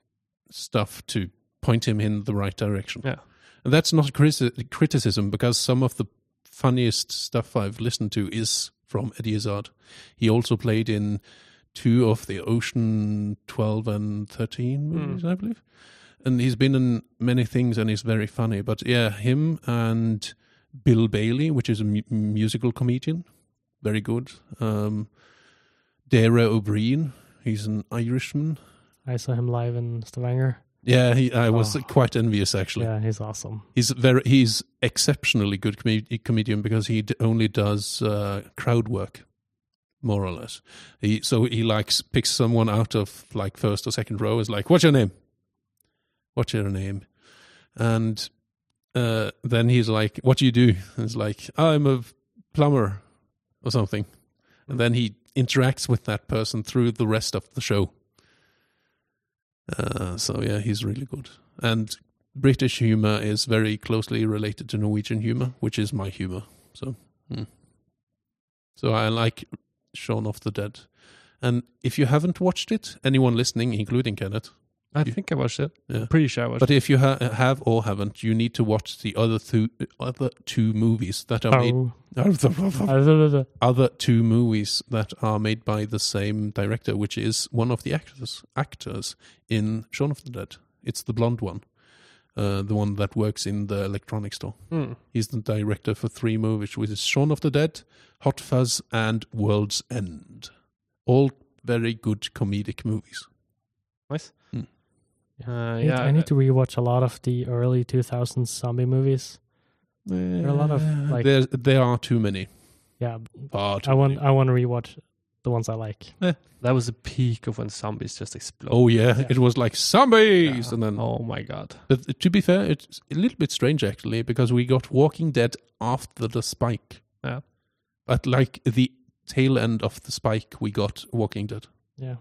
stuff to point him in the right direction. Yeah. and that's not criti- criticism because some of the funniest stuff I've listened to is from Eddie Izzard. He also played in two of the Ocean Twelve and Thirteen movies, I believe. and he's been in many things and he's very funny. But yeah, him and Bill Bailey, which is a mu- musical comedian, very good. Um, Dara O'Brien, he's an Irishman. I saw him live in Stavanger. Yeah, he, I was Oh. quite envious actually. Yeah, he's awesome. He's very he's exceptionally good comed- comedian because he d- only does uh, crowd work, more or less. He so he likes picks someone out of like first or second row is like, "What's your name? What's your name?" And uh, then he's like, "What do you do?" And it's like, "I'm a plumber," or something. And then he interacts with that person through the rest of the show. Uh, so yeah, he's really good. And British humor is very closely related to Norwegian humor, which is my humor. So, mm. so I like Shaun of the Dead. And if you haven't watched it, anyone listening, including Kenneth, I You- think I watched it. Yeah. Pretty sure I watched but if you ha- have or haven't, you need to watch the other two other two movies that are made, Oh. other two movies that are made by the same director, which is one of the actors actors in Shaun of the Dead. It's the blonde one, uh, the one that works in the electronic store. it. Mm. He's the director for three movies, which is Shaun of the Dead, Hot Fuzz, and World's End. All very good comedic movies. Nice. Mm. Uh, I need- yeah, I need to rewatch a lot of the early 2000s zombie movies. There are a lot of, like- there, there are too many. Yeah, Far too I want many. I want to rewatch the ones I like. That was the peak of when zombies just explode. Oh yeah. Yeah. it was like zombies, Yeah. and then. oh my god. But to be fair, it's a little bit strange actually because we got Walking Dead after the spike. Yeah. But like the tail end of the spike, we got Walking Dead, Yeah,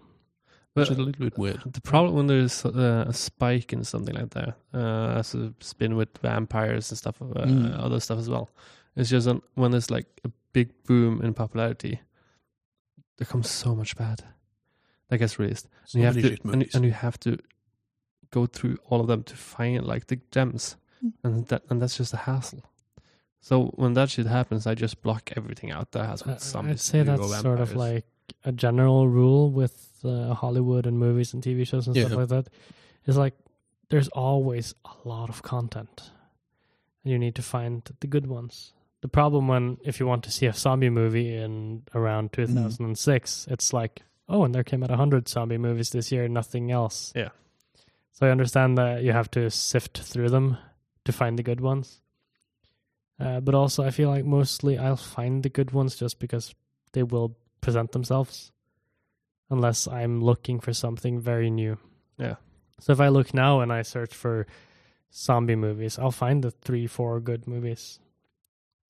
which is a But- little bit weird. The problem when there's uh, a spike in something like that, uh, as it's been with vampires and stuff, uh, Hmm. Mm. other stuff as well, it's just on, when there's like a big boom in popularity, there comes so much bad that gets released. So And you have many to, shit and, movies. and you have to go through all of them to find like the gems, Hmm. Mm. and that and that's just a hassle. So when that shit happens, I just block everything out that has I- with zombies. Uh, I'd say to do or that's sort of vampires. like a general rule with uh, Hollywood and movies and TV shows and Yeah. stuff like that. It's like there's always a lot of content, and you need to find the good ones. The problem when if you want to see a zombie movie in around Mm-hmm. 2006, it's like oh, and there came out hundred zombie movies this year, nothing else. Yeah. So I understand that you have to sift through them to find the good ones. Uh, but also, I feel like mostly I'll find the good ones just because they will present themselves, unless I'm looking for something very new. Yeah. So if I look now and I search for zombie movies, I'll find the three, four good movies.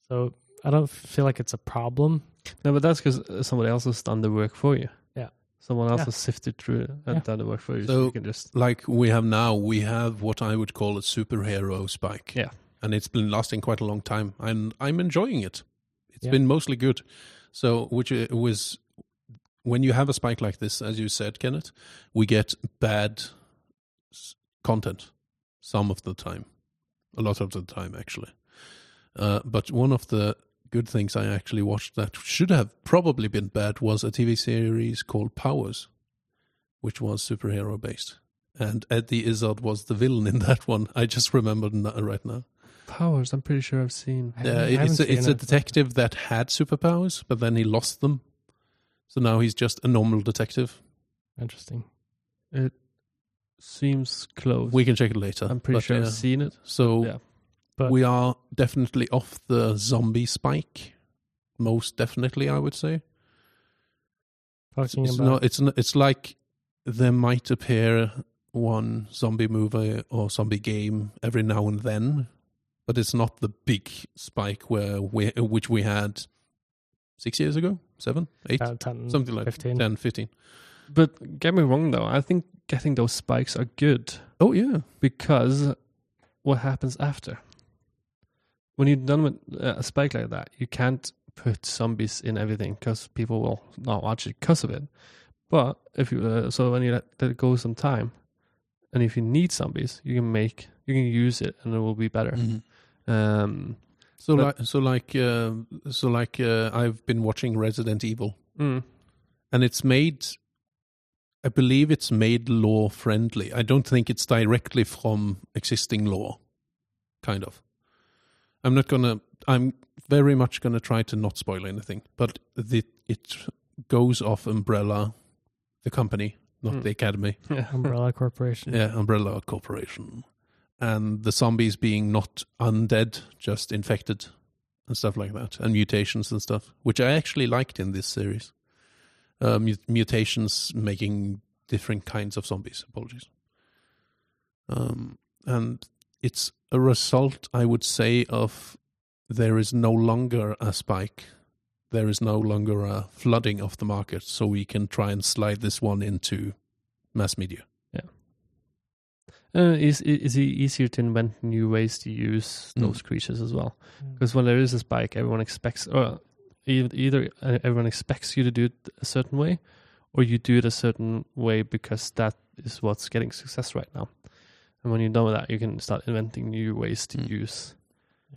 So I don't feel like it's a problem. No, but that's because somebody else has done the work for you. Yeah. Someone else Yeah. has sifted through and Yeah. done the work for you. So, So- you can just. like we have now, we have what I would call a superhero spike. Yeah. And it's been lasting quite a long time, and I'm enjoying it. It's Yeah. been mostly good. So, which uh, was when you have a spike like this, as you said, Kenneth, we get bad s- content some of the time, a lot of the time, actually. Uh, but one of the good things I actually watched that should have probably been bad was a TV series called Powers, which was superhero based. And Eddie Izzard was the villain in that one. I just remembered n- right now. Powers, I'm pretty sure I've seen. I Yeah, haven't- I it's haven't a, it's seen a it. detective that had superpowers, but then he lost them. So now he's just a normal detective. Interesting. It seems close. We can check it later. I'm pretty but, sure yeah. I've seen it. So Yeah. But- we are definitely off the zombie spike. Most definitely, I would say. Talking it's about not. It's not, it's like there might appear one zombie movie or zombie game every now and then, but it's not the big spike where we which we had six years ago, seven, eight, uh, 10, something like 15. 10, 15. But get me wrong, though. I think getting those spikes are good Oh yeah, because what happens after? When you're done with uh, a spike like that, you can't put zombies in everything because people will not watch it because of it. But if you uh, so when you let, let it go some time, and if you need zombies, you can make you can use it and it will be better. Um, Mm-hmm. So But- like so like uh, so like uh, I've been watching Resident Evil, mm, and it's made I believe it's made law friendly. I don't think it's directly from existing law, kind of. I'm not gonna. I'm very much gonna try to not spoil anything, but the, it goes off Umbrella, the company, not Hmm. the academy. Yeah. Umbrella Corporation. Yeah, Umbrella Corporation, and the zombies being not undead, just infected, and stuff like that, and mutations and stuff, which I actually liked in this series. Uh, mu- mutations making different kinds of zombies. Apologies. Um, and it's a result, I would say, of there is no longer a spike. There is no longer a flooding of the market, so we can try and slide this one into mass media. Uh, is is it easier to invent new ways to use Mm. those creatures as well? Yeah. Because when there is a spike, everyone expects, or either, either uh, everyone expects you to do it a certain way, or you do it a certain way because that is what's getting success right now. And when you're done with that, you can start inventing new ways to Mm. use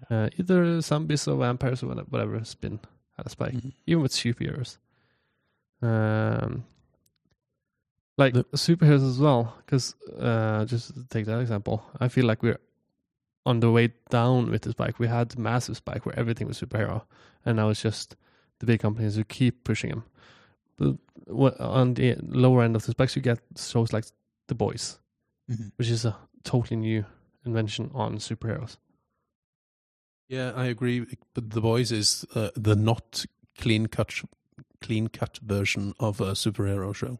uh, either zombies or vampires or whatever, whatever has been at a spike, Mhm. even with superheroes. Um, like The- superheroes as well, because uh, just to take that example, I feel like we're on the way down with the spike. We had massive spike where everything was superhero, and now it's just the big companies who keep pushing them. But what, on the lower end of the specs, you get shows like The Boys, which is a totally new invention on superheroes. Yeah, I agree. But the boys is uh, the not clean cut, clean cut version of a superhero show,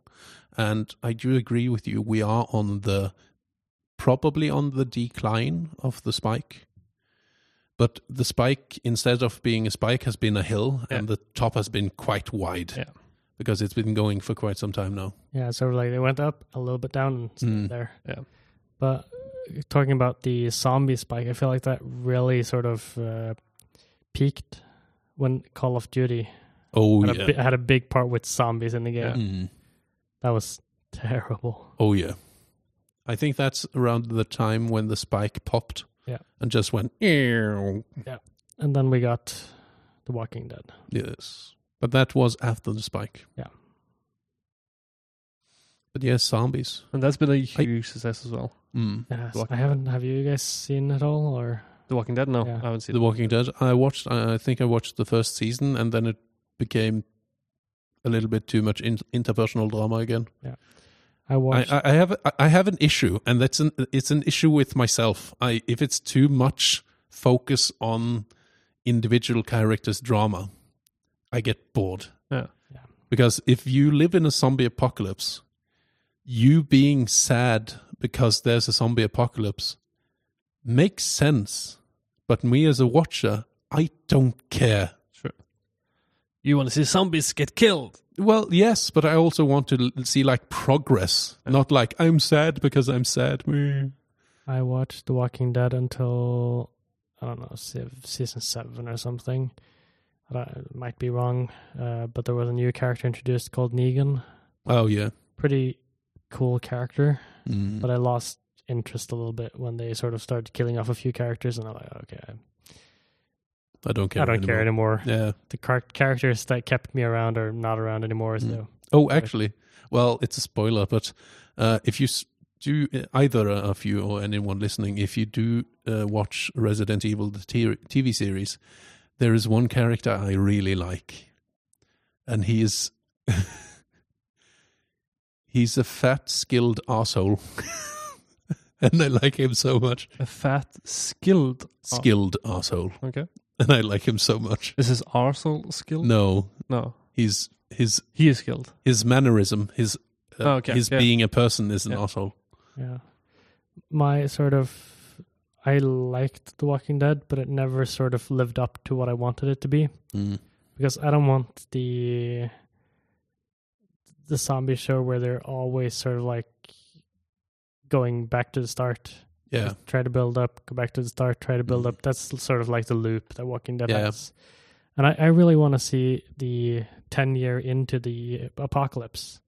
and I do agree with you. We are on the probably on the decline of the spike. But the spike, instead of being a spike, has been a hill, and the top has been quite wide Yeah. because it's been going for quite some time now. Yeah, so like they went up a little bit down and stayed Mm. there. Yeah. But uh, talking about the zombie spike, I feel like that really sort of uh, peaked when Call of Duty Oh had, yeah, a, bi- had a big part with zombies in the game. Yeah. Mm. That was terrible. Oh yeah, I think that's around the time when the spike popped. Yeah. and just went. "Ew." And then we got The Walking Dead. Yes. But that was after the spike. Yeah. But yes, zombies. And that's been a huge success as well. Mm. Yes, Walking- I haven't. Have you guys seen it all or? The Walking Dead, no, Yeah. I haven't seen The Walking Dead. I watched. I I think I watched the first season, and then it became a little bit too much in, interpersonal drama again. I watched. I, I, I have. I- I have an issue, and that's an. It's an issue with myself. I if it's too much focus on individual characters' drama, I get bored. Yeah. Yeah. Because if you live in a zombie apocalypse, you being sad because there's a zombie apocalypse makes sense. But me as a watcher, I don't care. Sure. You want to see zombies get killed? Well, yes, but I also want to l- see like progress, not like I'm sad because I'm sad. Mm. I watched The Walking Dead until I don't know se- season seven or something. I don't- might be wrong, uh, but there was a new character introduced called Negan. Oh yeah, Pretty cool character, Mm. but I lost interest a little bit when they sort of started killing off a few characters, and I'm like, "Oh, okay, I- I don't care. I don't care anymore. Yeah. The car- characters that kept me around are not around anymore. So Oh, actually, well, it's a spoiler, but uh, if you s- do uh, either of you or anyone listening, if you do uh, watch Resident Evil the t- TV series, there is one character I really like, and he is he's a fat, skilled asshole, and I like him so much. A fat, skilled. Oh. ar- Skilled asshole, Okay. and I like him so much. Is his arsehole skilled? No, No. he's his He is skilled. his mannerism, his uh, Oh, okay, his yeah. being a person is an Yeah. asshole. Yeah. My sort of I liked The Walking Dead, but it never sort of lived up to what I wanted it to be Mm. because I don't want the the zombie show where they're always sort of like going back to the start. Yeah. Just Try to build up, go back to the start, try to build up. That's sort of like the loop that Walking Dead Yeah. has. And I, I really want to see the 10 year into the apocalypse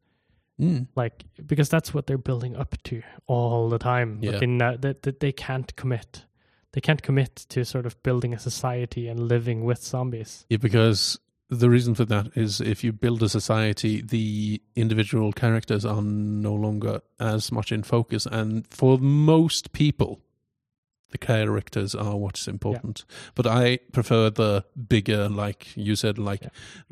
Mm. like because that's what they're building up to all the time Yeah. but they, know, that that they can't commit they can't commit to sort of building a society and living with zombies Yeah, because the reason for that is if you build a society, the individual characters are no longer as much in focus. And for most people, the characters are what's important. But I prefer the bigger, like you said, like Yeah.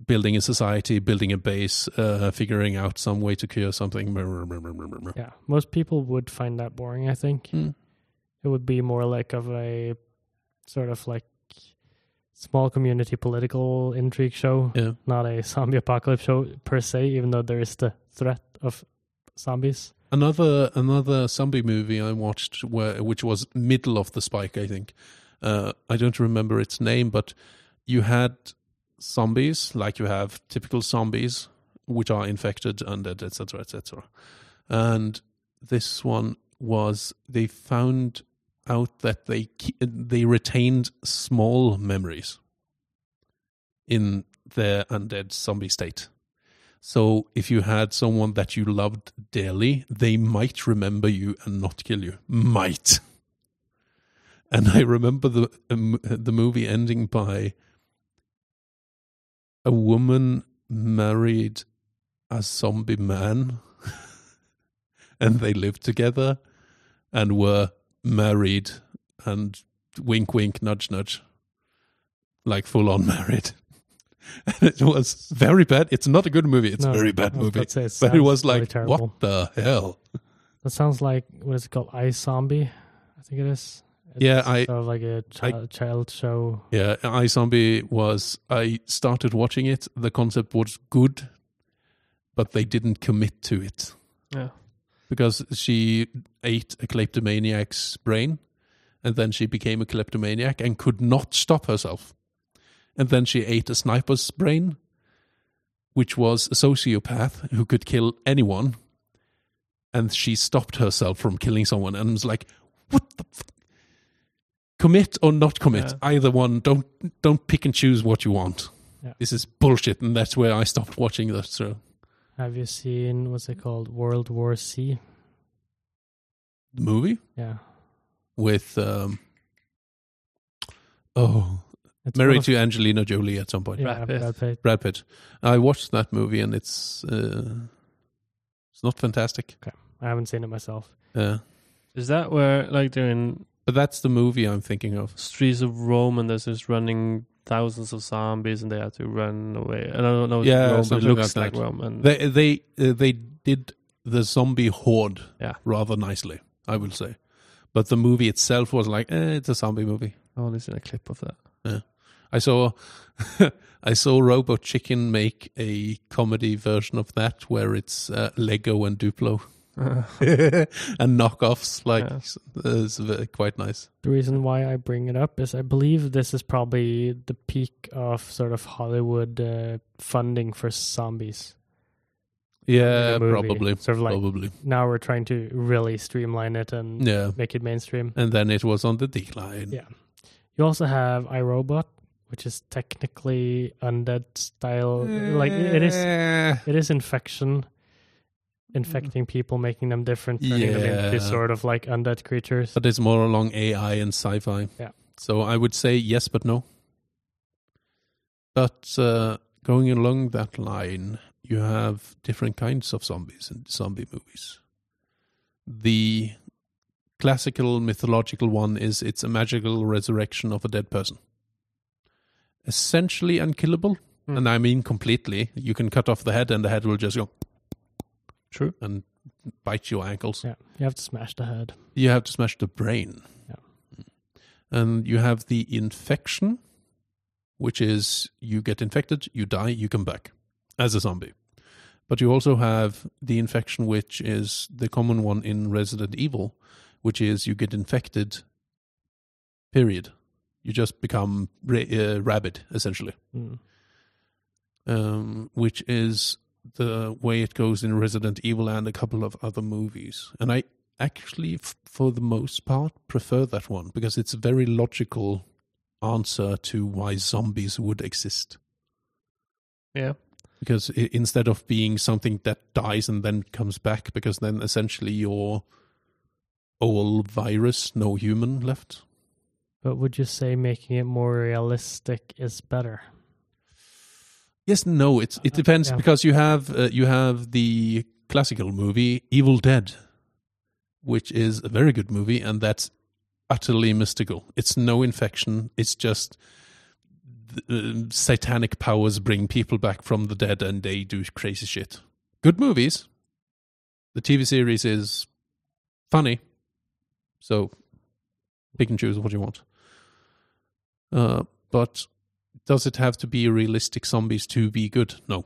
building a society, building a base, uh, figuring out some way to cure something. Yeah. Yeah, most people would find that boring. I think Hmm. it would be more like of a sort of like small community political intrigue show, not a zombie apocalypse show per se. Even though there is the threat of zombies. Another another zombie movie I watched, where which was middle of the spike, I think. Uh, I don't remember its name, but you had zombies like you have typical zombies, which are infected, undead, etc., etc. And this one was they found out that they ke- they retained small memories in their undead zombie state. So if you had someone that you loved dearly, they might remember you and not kill you. Might. And I remember the um, the movie ending by a woman married a zombie man, and they lived together, and were married, and wink, wink, nudge, nudge, like full on married. And it was very bad. It's not a good movie. It's a No, very bad I was movie. about to say, it But it sounds was really like, terrible. what the hell? That sounds like what is it called? I Zombie, I think it is. It's Yeah, I- sort of like a I- child, child show. Yeah, iZombie was. I started watching it. The concept was good, but they didn't commit to it Yeah. because she ate a kleptomaniac's brain, and then she became a kleptomaniac and could not stop herself. And then she ate a sniper's brain, which was a sociopath who could kill anyone. And she stopped herself from killing someone and was like, "What the." F-? Commit or not commit, Yeah. either one. Don't don't pick and choose what you want. Yeah. This is bullshit, and that's where I stopped watching that show. Have you seen what's it called? World War C. The movie Yeah, with um, oh it's one married of- to Angelina Jolie at some point. yeah, Brad Pitt. Brad Pitt. Brad Pitt. I watched that movie and it's uh, it's not fantastic. I haven't seen it myself. Uh, Is that where, like, they're in but that's the movie I'm thinking of. streets of Rome and there's just running thousands of zombies and they have to run away? And I don't know. if Yeah, it's Rome, but it something looks like like, that. Rome. And They they uh, they did the zombie horde Yeah. rather nicely, I will say. But the movie itself was like, eh, it's a zombie movie. I only oh, seen a clip of that. I saw I saw Robo Chicken make a comedy version of that where it's uh, Lego and Duplo. and knockoffs. Like, Yeah. s- it's ve- quite nice. The reason why I bring it up is I believe this is probably the peak of sort of Hollywood uh, funding for zombies. Yeah, The movie. probably. Sort of like probably. now we're trying to really streamline it and Yeah. make it mainstream. And then it was on the decline. Yeah. You also have iRobot, which is technically undead style. Like it is, Eh, it is infection, infecting people, making them different, turning them Yeah. into sort of like undead creatures. But it's more along AI and sci fi. Yeah. So I would say yes, but no. But uh, going along that line, you have different kinds of zombies in zombie movies. The classical mythological one is it's a magical resurrection of a dead person. Essentially unkillable, Hmm. and I mean completely. You can cut off the head, and the head will just go True. and bite your ankles. Yeah, you have to smash the head. You have to smash the brain. Yeah. And you have the infection, which is you get infected, you die, you come back as a zombie. But you also have the infection, which is the common one in Resident Evil, which is you get infected, period. You just become ra- uh, rabid, essentially Mm. um, which is the way it goes in Resident Evil and a couple of other movies. And I actually, f- for the most part, prefer that one because it's a very logical answer to why zombies would exist. Yeah. Because i instead of being something that dies and then comes back, because then essentially you're all virus, no human left. But would you say making it more realistic is better? Yes, no. It's it depends yeah. because you have uh, you have the classical movie Evil Dead, which is a very good movie, and that's utterly mystical. It's no infection. It's just the, uh, satanic powers bring people back from the dead, and they do crazy shit. Good movies. The TV series is funny, so pick and choose what you want. Uh, but does it have to be realistic zombies to be good? No.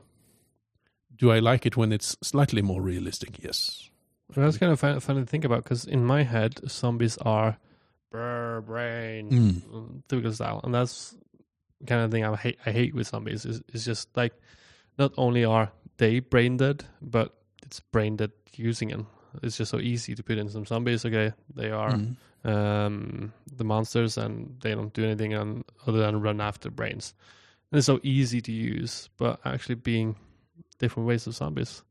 Do I like it when it's slightly more realistic? Yes. Well, that's kind of fun, fun to think about because in my head, zombies are brr, brain, Mm. mm, typical style, and that's the kind of thing I hate. I hate with zombies is it's just like not only are they brain dead, but it's brain dead using them. It's just so easy to put in some zombies. Okay, they are Mm. um, the monsters, and they don't do anything on, other than run after brains. And it's so easy to use, but actually being different ways of zombies.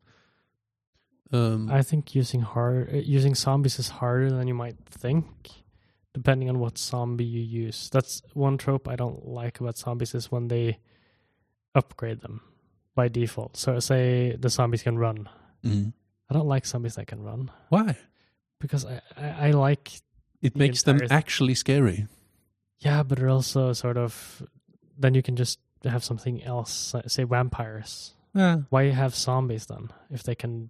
Mm. Um, I think using hard uh, using zombies is harder than you might think, depending on what zombie you use. That's one trope I don't like about zombies is when they upgrade them by default. So say the zombies can run. mm. I don't like zombies that can run Why? because I I, I like It The makes them entire- actually scary. yeah, but they're also sort of then you can just have something else. uh, Say vampires. Yeah. Why have zombies then if they can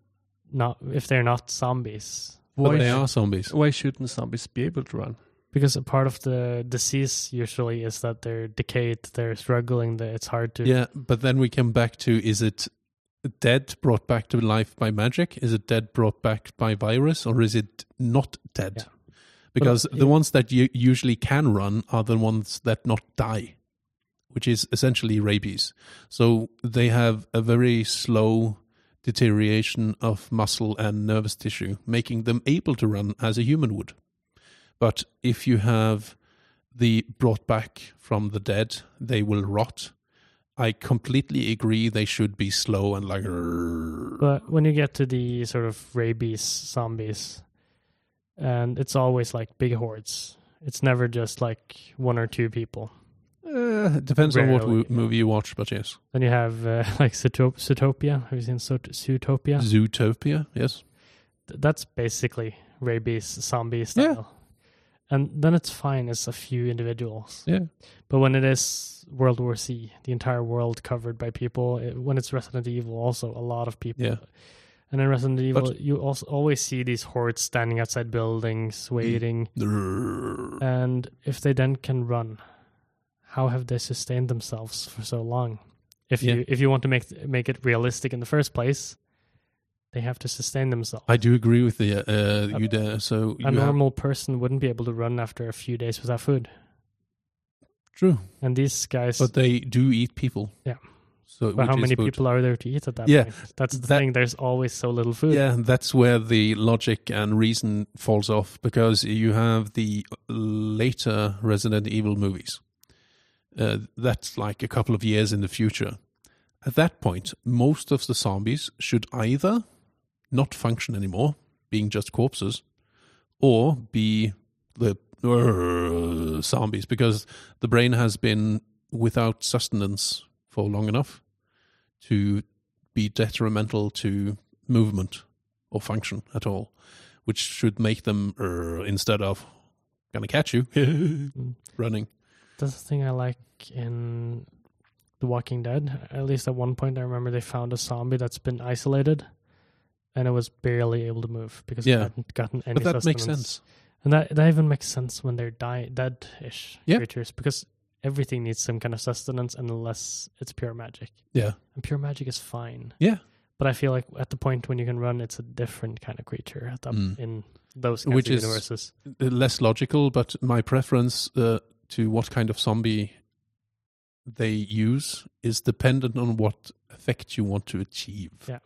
not if they're not zombies? But Why they sh- are zombies. Why shouldn't zombies be able to run? because a part of the disease usually is that they're decayed, they're struggling, that it's hard to. Yeah, but then we come back to is it dead brought back to life by magic? Is it dead brought back by virus? Or is it not dead? Yeah. Because But, the yeah. ones that you usually can run are the ones that not die, which is essentially rabies. So they have a very slow deterioration of muscle and nervous tissue, making them able to run as a human would. But if you have the brought back from the dead, they will rot. I completely agree they should be slow and like. But when you get to the sort of rabies zombies, and it's always like big hordes. It's never just like one or two people. Uh, it depends on what Rarely, wo- yeah. movie you watch, but yes. Then you have uh, like Zootop- Zootopia. Have you seen Zoot- Zootopia? Zootopia, yes. Th- That's basically rabies zombie style. And then it's fine. It's a few individuals. Yeah. But when it is World War C, the entire world covered by people, it, when it's Resident Evil, also a lot of people. Yeah. And in Resident Evil, But- you also always see these hordes standing outside Mm. buildings, waiting. Grrr. And if they then can run, how have they sustained themselves for so long? If Yeah. you if you want to make make it realistic in the first place, they have to sustain themselves. I do agree with the uh, you there. So you a have- normal person wouldn't be able to run after a few days without food. true, And these guys, but they do eat people. Yeah. So well, how which is many good. people are there to eat at that Yeah, point? That's the that- thing. There's always so little food. Yeah, that's where the logic and reason falls off because you have the later Resident Evil movies. Uh, that's like a couple of years in the future. At that point, most of the zombies should either not function anymore, being just corpses, or be the uh, zombies because the brain has been without sustenance for long enough to be detrimental to movement or function at all, which should make them uh, instead of gonna catch you running. That's the thing I like in The Walking Dead. At least at one point, I remember they found a zombie that's been isolated, and it was barely able to move because Yeah. it hadn't gotten any. But that makes sustenance. sense. and that that even makes sense when they're die- dead-ish Yeah. creatures because everything needs some kind of sustenance unless it's pure magic, Yeah, and pure magic is fine. Yeah. But I feel like at the point when you can run, it's a different kind of creature at that, Mm. in those kinds Which of is- universes. Uh, less logical, but my preference uh, to what kind of zombie they use is dependent on what effect you want to achieve. Yeah.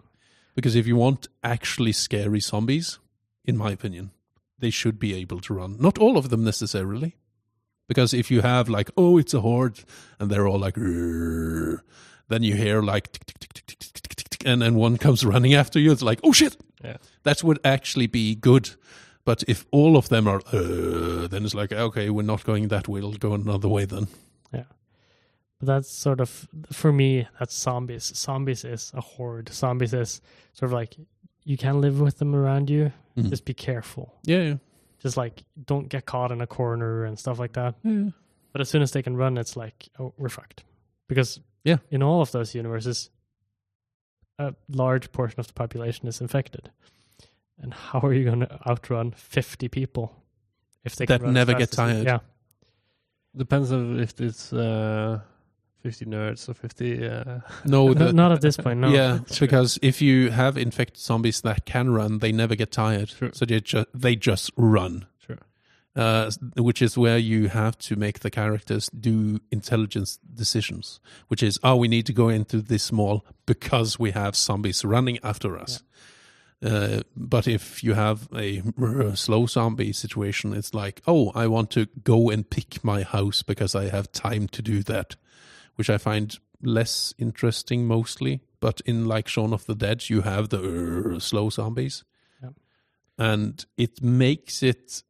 Because if you want actually scary zombies, in my opinion, they should be able to run. Not all of them necessarily. Because if you have like, oh, it's a horde, and they're all like, "Rrrr," then you hear like, tick, tick, tick, tick, tick, tick, tick, tick, tick, and then one comes running after you. It's like, oh shit! Yeah. That would actually be good. But if all of them are, uh, then it's like, okay, we're not going that way. It'll go another way then. that's sort of for me that's zombies zombies is a horde zombies is sort of like you can live with them around you Mhm. just be careful Yeah, yeah, just like don't get caught in a corner and stuff like that yeah. but as soon as they can run it's like oh we're fucked because Yeah. in all of those universes a large portion of the population is infected and how are you going to outrun 50 people if they can That run as never fast get as you- tired. yeah Depends on if it's uh, 50 nerds or 50. Uh, No, No, the, not at this point no yeah, because if you have infected zombies that can run, they never get tired, True. so they ju- they just run. Sure. Uh, s- which is where you have to make the characters do intelligence decisions, which is, oh, we need to go into this mall because we have zombies running after us. Uh, but if you have a r- r- slow zombie situation, it's like, oh, I want to go and pick my house because I have time to do that, which I find less interesting mostly. But in like Shaun of the Dead, you have the r- r- slow zombies, Yeah. and it makes it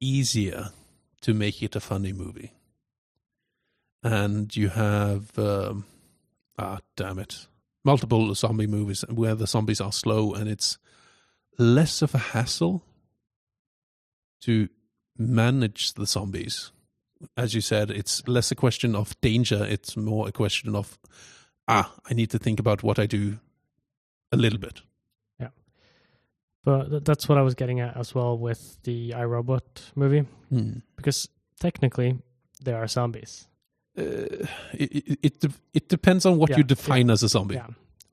easier to make it a funny movie. And you have um, ah, damn it, multiple zombie movies where the zombies are slow, and it's less of a hassle to manage the zombies. As you said, it's less a question of danger; it's more a question of ah, I need to think about what I do a little bit. But th- that's what I was getting at as well with the iRobot movie, Hmm. because technically they are zombies. Uh, it, it- it de- it depends on what Yeah, you define as a zombie. Yeah.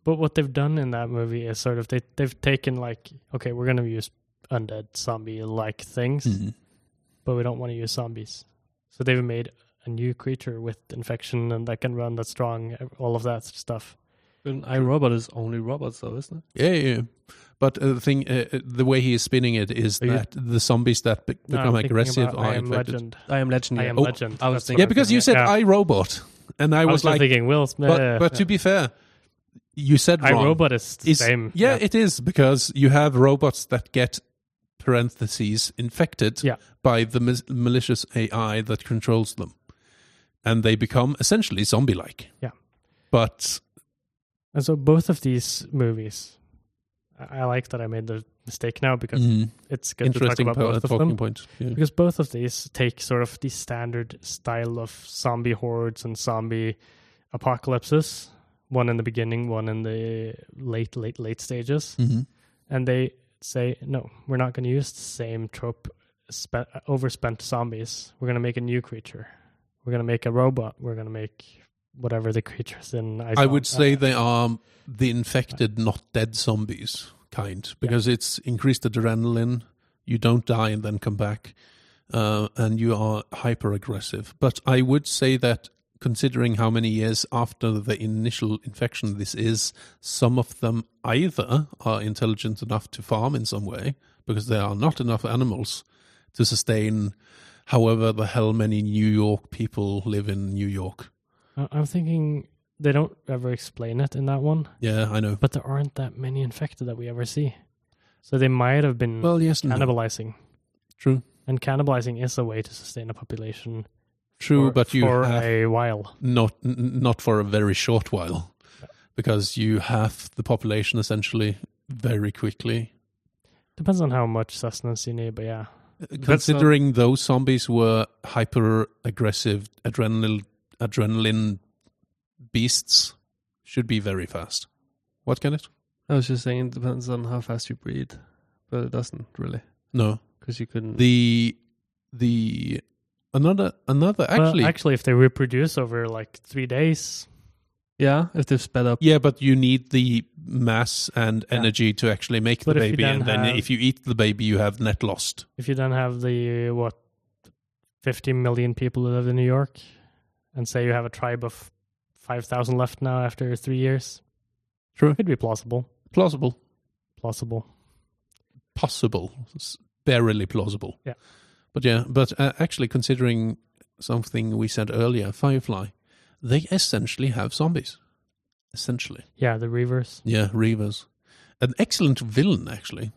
But what they've done in that movie is sort of they they've taken like okay we're gonna use undead zombie like things, Hmm. but we don't want to use zombies. So they've made a new creature with infection and that can run, that's strong, e-, all of that stuff. an iRobot is only robots, though, isn't it? Yeah, yeah. yeah. But uh, the thing, uh, uh, the way he is spinning it is Are you- that the zombies that be- No, I'm become thinking aggressive about are I am infected. Legend. I am Legend. I yeah. am Oh, Legend. I was That's what thinking- Yeah, I'm because you thinking, said yeah. I robot, and I I was, was just like, thinking Will Smith. but, but to be fair, you said I wrong. Robot is the Is- same. Yeah, it is because you have robots that get parentheses infected Yeah. by the mis- malicious AI that controls them, and they become essentially zombie-like. Yeah. but And so both of these movies, I I like that I made the mistake now because mm, it's good to talk interesting about po- both of talking them. point. Yeah. Because both of these take sort of the standard style of zombie hordes and zombie apocalypses. One in the beginning, one in the late, late, late stages. Mhm. And they say, no, we're not going to use the same trope, spe- overspent zombies. We're going to make a new creature. We're going to make a robot. We're going to make whatever the creatures in. I Zom- would say uh, they are the infected, not dead zombies kind, because it's increased adrenaline. You don't die and then come back, uh, and you are hyper aggressive. But I would say that considering how many years after the initial infection this is, some of them either are intelligent enough to farm in some way, because there are not enough animals to sustain however the hell many New York people live in New York. I- I'm thinking they don't ever explain it in that one, Yeah, I know. but there aren't that many infected that we ever see. So they might have been Well, yes, and no. cannibalizing. True. And cannibalizing is a way to sustain a population True, for, but you for have a while. not n- not for a very short while, because you have the population essentially very quickly. Depends on how much sustenance you need, but yeah. Considering those zombies were hyper aggressive adrenaline adrenaline beasts, should be very fast. What can it? Oh. I was just saying it depends on how fast you breathe, but it doesn't really No, because you couldn't. the the another another Well, actually. actually, if they reproduce over like three days, yeah, if they've sped up. yeah, but you need the mass and Yeah. energy to actually make But the if you baby, then and then have- if you eat the baby, you have net lost. if you don't have the, what, 50 million people who live in New York, and say you have a tribe of 5,000 left now after three years, True. could be plausible. Plausible. Plausible. possible, s- barely plausible. Yeah. But yeah, but uh, actually, considering something we said earlier, Firefly, they essentially have zombies. Essentially. Yeah, the reavers. Yeah, Reavers. An excellent villain, actually.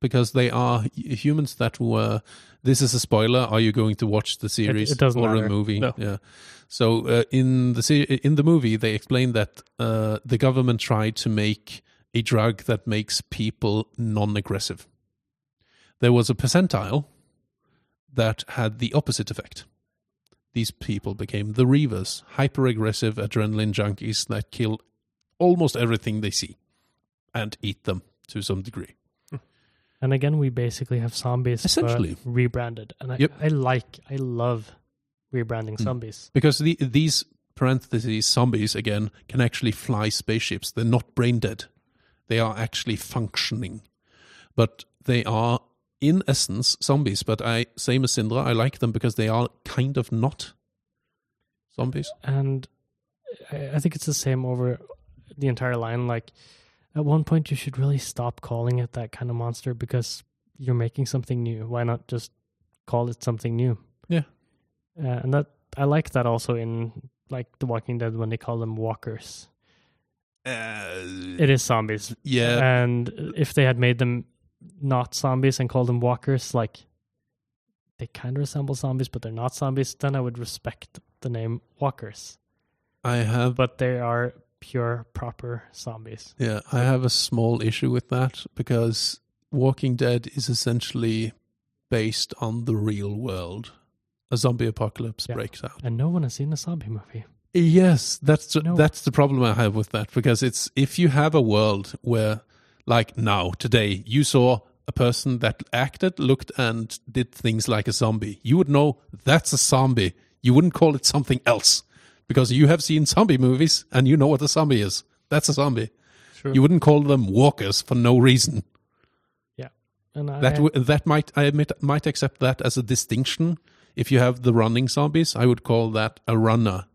because they are h- humans that were. This is a spoiler. Are you going to watch the series it doesn't or matter. a movie? No. Yeah. So uh, in the se- in the movie, they explain that uh, the government tried to make a drug that makes people non-aggressive. There was a percentile that had the opposite effect. These people became the reavers, hyper-aggressive adrenaline junkies that kill almost everything they see and eat them to some degree. And again, we basically have zombies but Essentially. rebranded, and I, Yep. Mm. I like, I love rebranding zombies. Because the, these parentheses zombies again can actually fly spaceships. They're not brain dead. They are actually functioning, but they are in essence zombies. But I same as Sindra, I like them because they are kind of not zombies. And I, I think it's the same over the entire line. Like at one point, you should really stop calling it that kind of monster because you're making something new. Why not just call it something new? Yeah. uh, and that I like that also in like The Walking Dead when they call them walkers. It is zombies, yeah, and if they had made them not zombies and called them walkers, like they kind of resemble zombies, but they're not zombies, then I would respect the name walkers. I have. But they are pure, proper zombies. Yeah, I have a small issue with that because Walking Dead is essentially based on the real world. A zombie apocalypse Yeah. breaks out. And no one has seen a zombie movie. Yes, that's the, No. that's the problem I have with that because it's if you have a world where like now today you saw a person that acted, looked and did things like a zombie, you would know that's a zombie. You wouldn't call it something else because you have seen zombie movies and you know what a zombie is. That's a zombie. Sure. You wouldn't call them walkers for no reason. And I, That w- that might I admit might accept that as a distinction. If you have the running zombies, I would call that a runner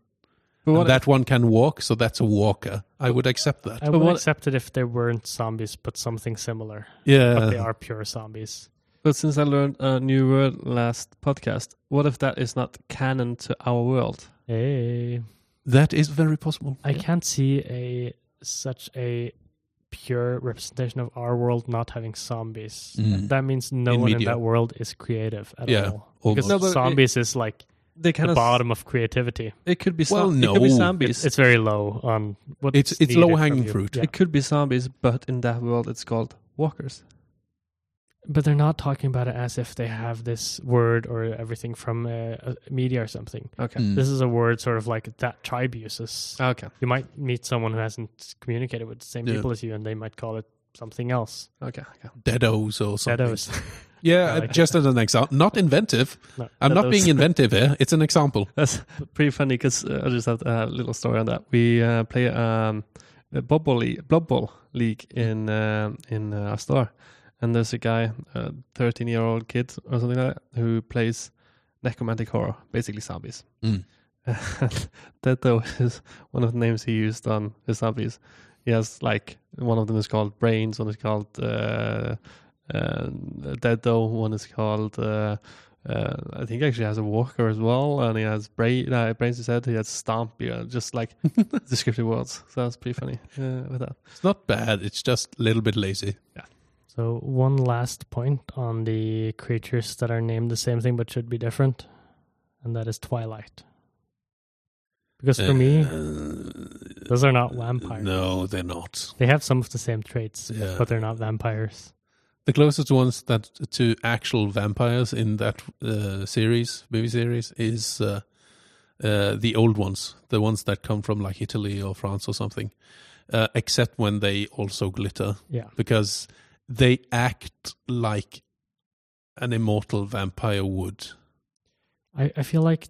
But what, and that one can walk, so that's a walker. I would accept that. I would what- accept it if there weren't zombies, but something similar. But they yeah, are pure zombies. but since I learned a new word last podcast, what if that is not canon to our world? Hey. that is very possible. I can't see a such a pure representation of our world not having zombies. Mm. That means no In one in media. that world is creative at Yeah, all. almost. Because No, but it- zombies is like They the kind of bottom of creativity. it could be Well, zom- it could be no. zombies. It's very low on what It's- it's low hanging fruit. Yeah. It could be zombies, but in that world, it's called walkers. But they're not talking about it as if they have this word or everything from uh, uh, media or something. Okay. Mm. This is a word sort of like that tribe uses. Okay. you might meet someone who hasn't communicated with the same Yeah. people as you, and they might call it something else. Okay. Okay. Deados or something. Shadows. Yeah, I like just as an example. Not inventive. No, I'm not shadows. being inventive here. It's an example. That's pretty funny because uh, I just have a little story on that. We uh, play um, a Blood Bowl, Le- Blood Bowl League in um in uh, Astor, and there's a guy, a 13 year old kid or something like that, who plays necromantic horror, basically zombies. Mm. that though is one of the names he used on his zombies. He has like one of them is called brains, one is called uh, uh, dead though, one is called. Uh, uh, I think he actually has a walker as well, and he has brain, uh, brains. He said he has stompy, uh, just like descriptive words. So that's pretty funny uh, with that. It's not bad. It's just a little bit lazy. So one last point on the creatures that are named the same thing but should be different, and that is Twilight. Because for me, Uh, those are not vampires. No, they're not. They have some of the same traits, Yeah. but they're not vampires. The closest ones that to actual vampires in that uh, series, movie series, is uh, uh, the old ones, the ones that come from like Italy or France or something. Uh, except when they also glitter, Yeah. because they act like an immortal vampire would. I, I feel like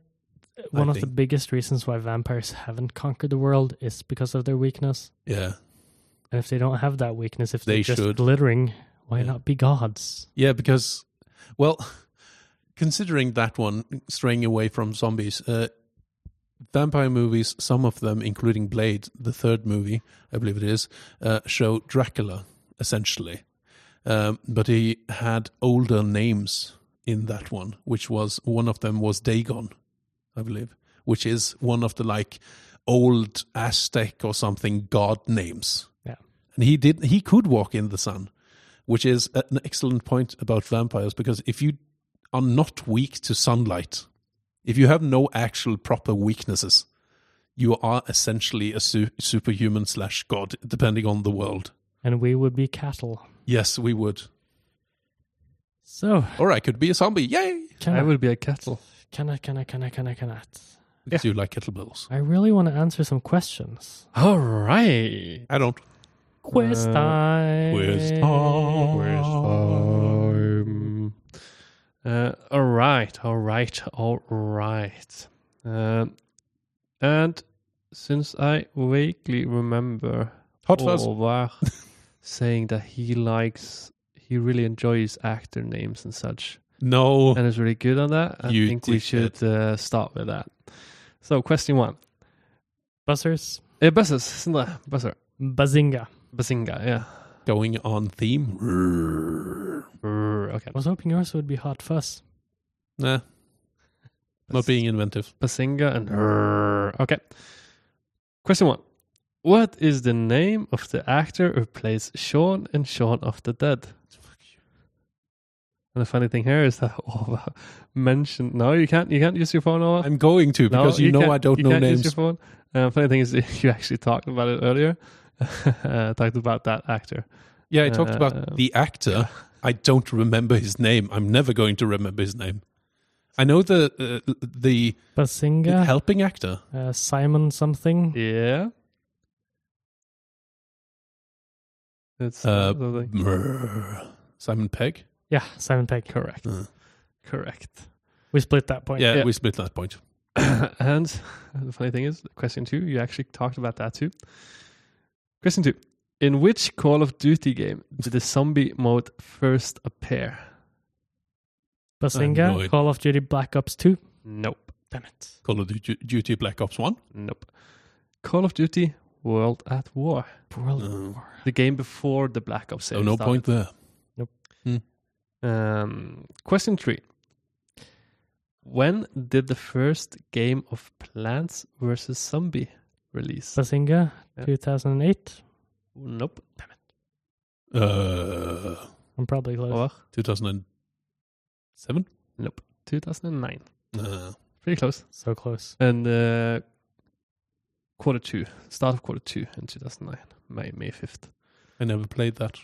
one of the think- biggest reasons why vampires haven't conquered the world is because of their weakness. Yeah, And if they don't have that weakness, if They they're just should. glittering, why Yeah. not be gods? yeah, because well, considering that one straying away from zombies, uh, vampire movies, some of them, including Blade, the third movie, I believe it is, uh, show Dracula essentially, um, but he had older names in that one, which was one of them was Dagon, I believe, which is one of the like old Aztec or something god names. Yeah. and he did he could walk in the sun. which is an excellent point about vampires because if you are not weak to sunlight, if you have no actual proper weaknesses, you are essentially a su- superhuman slash god, depending on the world. and we would be cattle. Yes, we would. So Or I could be a zombie. Yay! can I, I would be a cattle. can I can I can I can I cannot? Do you like kettlebells? I really want to answer some questions. All right. I don't. Quiz Uh, time. quiz time. Where's time? Um, Uh, all right, all right, all right. Um, and since I vaguely remember Hot fuzz. Håvard saying that he likes, he really enjoys actor names and such, No. and is really good on that, I You think we did should uh, start with that. So, question one. Buzzers. Uh, buzzers, isn't that? buzzer, Bazinga. bazinga, yeah. Going on theme. Brr, Okay, I was hoping yours would be hot fuss. Nah. Not being inventive. Bazinga and her. Okay. Question one. What is the name of the actor who plays Sean in Shaun of the Dead? And the funny thing here is that Ova mentioned no, you can't you can't use your phone, Ova. I'm going to because no, you, know can't- I don't you know can't names. Use your phone. Uh, funny thing is you actually talked about it earlier. uh, talked about that actor. Yeah, I talked about Uh, the actor. I don't remember his name. I'm never going to remember his name. I know the uh, the Bazinga. helping actor. Uh, Simon something. Yeah. That's Uh, something. Brr. Simon Pegg. Yeah, Simon Pegg. correct. Uh. Correct. We split that point. Yeah, Yeah. we split that point. and the funny thing is, question two, you actually talked about that too. Question two In which Call of Duty game did the zombie mode first appear? I know Bazinga. it. Call of Duty Black Ops 2. Nope. Damn it. Call of Duty, Duty Black Ops One. Nope. Call of Duty World at War, World Uh, War. the game before the Black Ops. so series Oh, no started. point there. Um, question three When did the first game of Plants vs. Zombie release? Bazinga. Yeah. 2008. nope. Uh, I'm probably close. Or 2007. nope. 2009. Uh, Pretty close. So close. and uh, quarter two, start of quarter two in 2009, May May 5th. I never played that.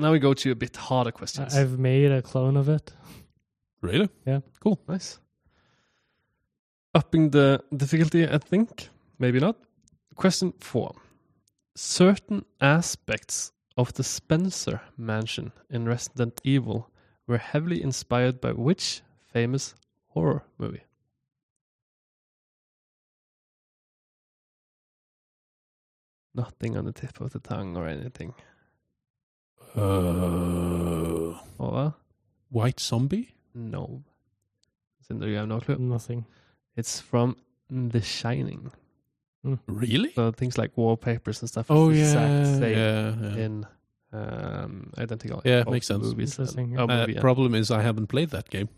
Now we go to a bit harder I- questions. I've made a clone of it. Really? nice. Upping the difficulty, I think. Maybe not. Question four. Certain aspects of the Spencer mansion in Resident Evil were heavily inspired by which famous horror movie? Nothing on the tip of the tongue or anything. Uh, Or White Zombie. no. Cinder, you have no clue. Nothing. It's from The Shining. Really? So things like wallpapers and stuff. Oh is the yeah, exact same yeah, yeah. in um, identical. Yeah, both makes sense. Movies and- Interesting, yeah. oh, Uh, movie, yeah. Problem is, I haven't played that game.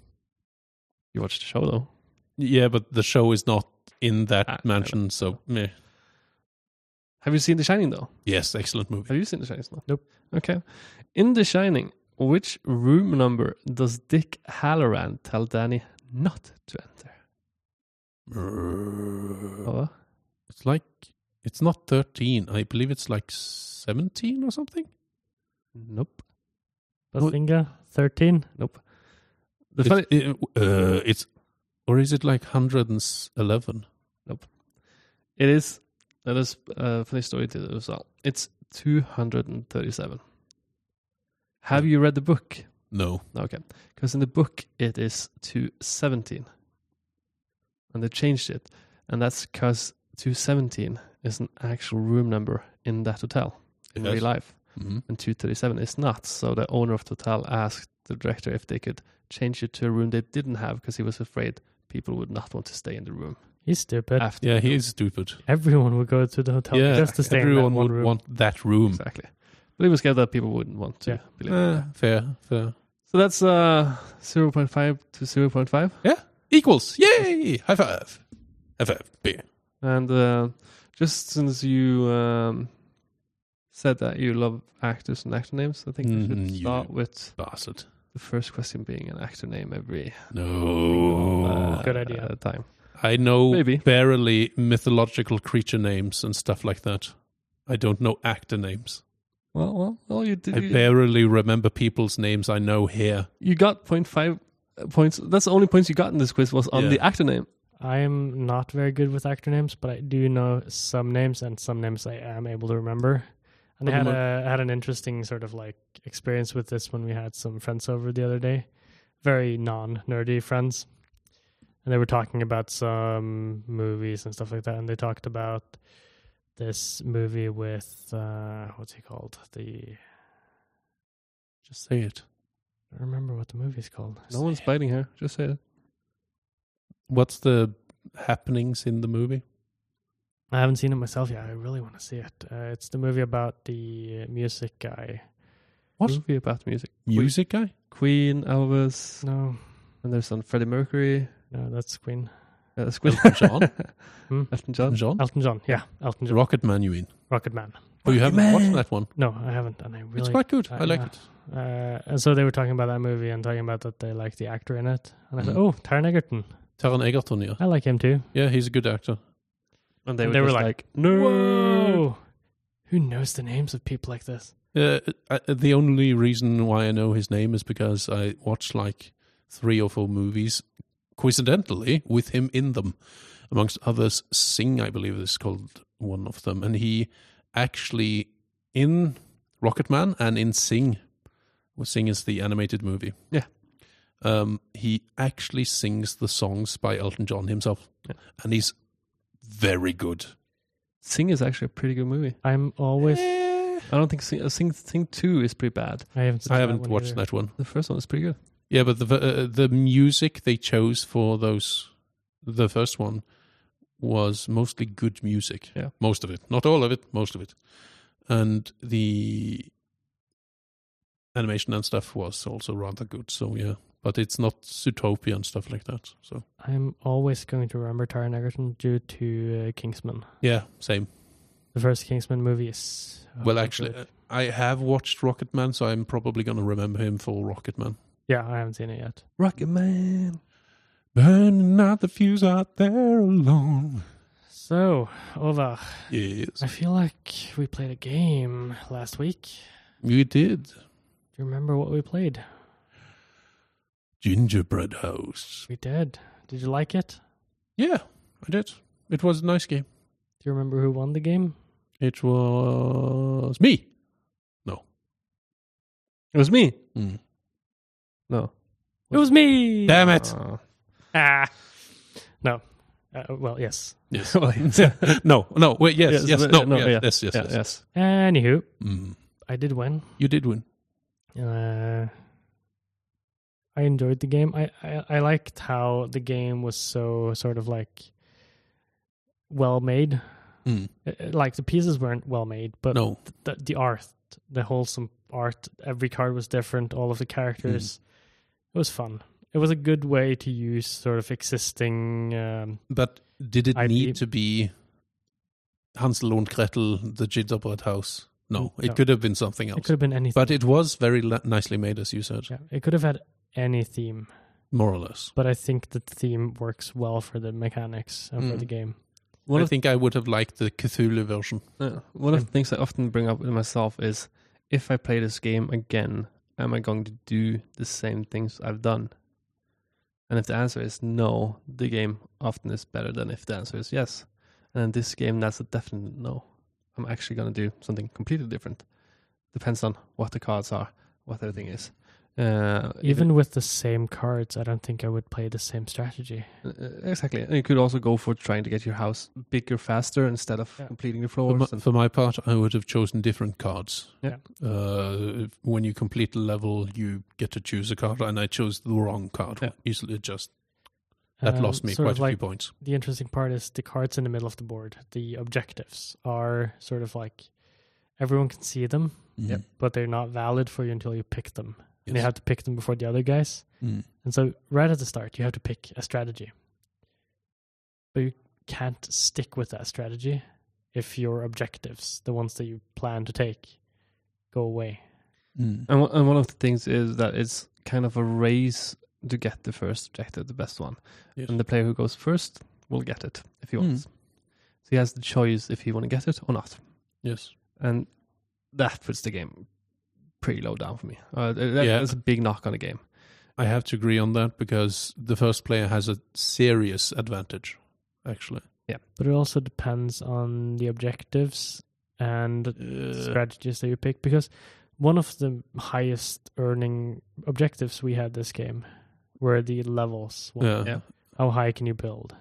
you watched the show though. Yeah, but the show is not in that Ah, mansion, so meh. Have you seen The Shining though? yes, excellent movie. Have you seen The Shining? No. Nope. Okay. In The Shining, which room number does Dick Halloran tell Danny not to enter? Oh, It's like it's not thirteen. I believe it's like seventeen or something. nope. No. Bazinga. 13. The It's, funny, it- uh, it's or is it like hundred and eleven? it is. That is a funny story to this as well. It's two hundred and thirty-seven. Have you read the book? No. Okay. Because in the book it is to 17. And they changed it. And that's because 217 is an actual room number in that hotel in Yes. real life. Mhm. And 237 is not. So the owner of the hotel asked the director if they could change it to a room they didn't have because he was afraid people would not want to stay in the room He's stupid. after. Yeah, he is stupid. Everyone would go to the hotel Ah. yeah, just to stay in that everyone one would room. want that room. Exactly. But he was scared that people wouldn't want to Yeah. believe. Uh, fair, fair. So that's uh, 0.5 to 0.5. Equals. Yay! High five. High five. Beer. And uh, just since you um, said that you love actors and actor names. I think we Mm, Mm-hmm, should you- start with Bastard. the first question being an actor name every No. uh, Good idea. uh, time. I know Maybe. barely mythological creature names and stuff like that. I don't know actor names. Well, well, well you did. I you- barely remember people's names I know here. you got 0.5 points. That's the only points you got in this quiz was on Yeah. the actor name. I am not very good with actor names, but I do know some names, and some names I am able to remember. And I had Pokemon. a I had an interesting sort of like experience with this when we had some friends over the other day, very non nerdy friends, and they were talking about some movies and stuff like that, and they talked about this movie with uh, what's he called? The Just say it. I don't remember what the movie's called. No one's biting her. Just say it. What's the happenings in the movie? I haven't seen it myself yet. I really want to see it. Uh, it's the movie about the music guy. What? Movie about music. Music guy? Queen, Elvis, No, and there's some Freddie Mercury, no, that's Queen. uh, Squid. Elton John? Hmm? Elton John. John? Elton John. Yeah, Elton John. Rocket Man, you mean? Rocket Man. Oh, you haven't Man. watched that one? No, I haven't, and I It's really. quite good. I uh, like yeah. it. Uh, and so they were talking about that movie and talking about that they like the actor in it, and I thought, Mhm. oh, Taron Egerton, Taron Egerton, yeah. I like him too. Yeah, he's a good actor. And they And were, they were just like, like, no. Whoa, Oh, who knows the names of people like this? Uh, I, the only reason why I know his name is because I watched like three or four movies, coincidentally, with him in them. Amongst others, Sing, I believe, is called one of them. And he actually, in Rocketman and in Sing, well, Sing is the animated movie. Yeah. Um, he actually sings the songs by Elton John himself. Yeah. And he's very good. Sing is actually a pretty good movie. I'm always. I don't think Sing, uh, Sing, Sing 2 is pretty bad. I haven't. Seen I that haven't one watched either. that one. The first one is pretty good. Yeah, but the uh, the music they chose for those the first one was mostly good music. Yeah. most of it, not all of it, most of it, and the animation and stuff was also rather good. So yeah, but it's not Zootopia and stuff like that. So I'm always going to remember Taron Egerton due to uh, Kingsman. yeah, same. The first Kingsman movie is. Oh, so well, actually, good. uh, I have watched Rocketman, so I'm probably gonna remember him for Rocketman. yeah, I haven't seen it yet. Rocket Man. Burning out the fuse out there alone. So, Ova, Yes, I feel like we played a game last week. you did. Do you remember what we played? Gingerbread House. We did. Did you like it? Yeah, I did. It was a nice game. Do you remember who won the game? It was me. It was me. Mm. No. It was me. Damn it! Oh. Ah. No. Uh, well, yes. Yes. Well, yes. no, no. Wait, yes, yes, Yes, but- no, no, yeah, yeah. yes, yes, yeah, yes. yes. Anywho, Mm. I did win. You did win. Uh, I enjoyed the game. I, I I liked how the game was so sort of like well made. Mm. Uh, uh, Like the pieces weren't well made, but no, the, the art, the wholesome art. Every card was different. All of the characters. It was fun. It was a good way to use sort of existing. Um, but did it I need beat- to be Hansel and Gretel, the Gingerbread House? No, Mm, it no. could have been something it else. could have been anything. But it was very la- nicely made, as you said, yeah, it could have had any theme, more or less. but I think the theme works well for the mechanics and for Mm. the game. One I of think I would have liked the Cthulhu version. Yeah. Uh, One of Yeah. the things I often bring up with myself is if I play this game again, am I going to do the same things I've done? And if the answer is no, the game often is better than if the answer is yes. And in this game, that's a definite no. I'm actually going to do something completely different. Depends on what the cards are, what everything is. Uh, if Even with the same cards, I don't think I would play the same strategy. Uh, Exactly. And you could also go for trying to get your house bigger faster instead of Yeah. completing the For my, floors. and for my part, I would have chosen different cards. Yeah. Uh, if- when you complete a level, you get to choose a card, and I chose the wrong card. Yeah. Easily just that Um, lost me sort quite of a like few points. the interesting part is the cards in the middle of the board. The objectives are sort of like everyone can see them, Yep. but they're not valid for you until you pick them. And you Mm-hmm. Yes. have to pick them before the other guys. Mm. And so, right at the start, you have to pick a strategy. But you can't stick with that strategy if your objectives, the ones that you plan to take, go away. Mm. Oh. And, one- and one of the things is that it's kind of a race to get the first objective, the best one. Yes. And the player who goes first will get it if he Mm. wants. So he has the choice if he want to get it or not. Yes. And that puts the game pretty low down for me. Uh, th- that- Yeah. That's a big knock on the game. I have to agree on that because the first player has a serious advantage, actually. But it also depends on the objectives and Uh. strategies that you pick because one of the highest earning objectives we had this game were the levels. one. Yeah. Yeah. How high can you build?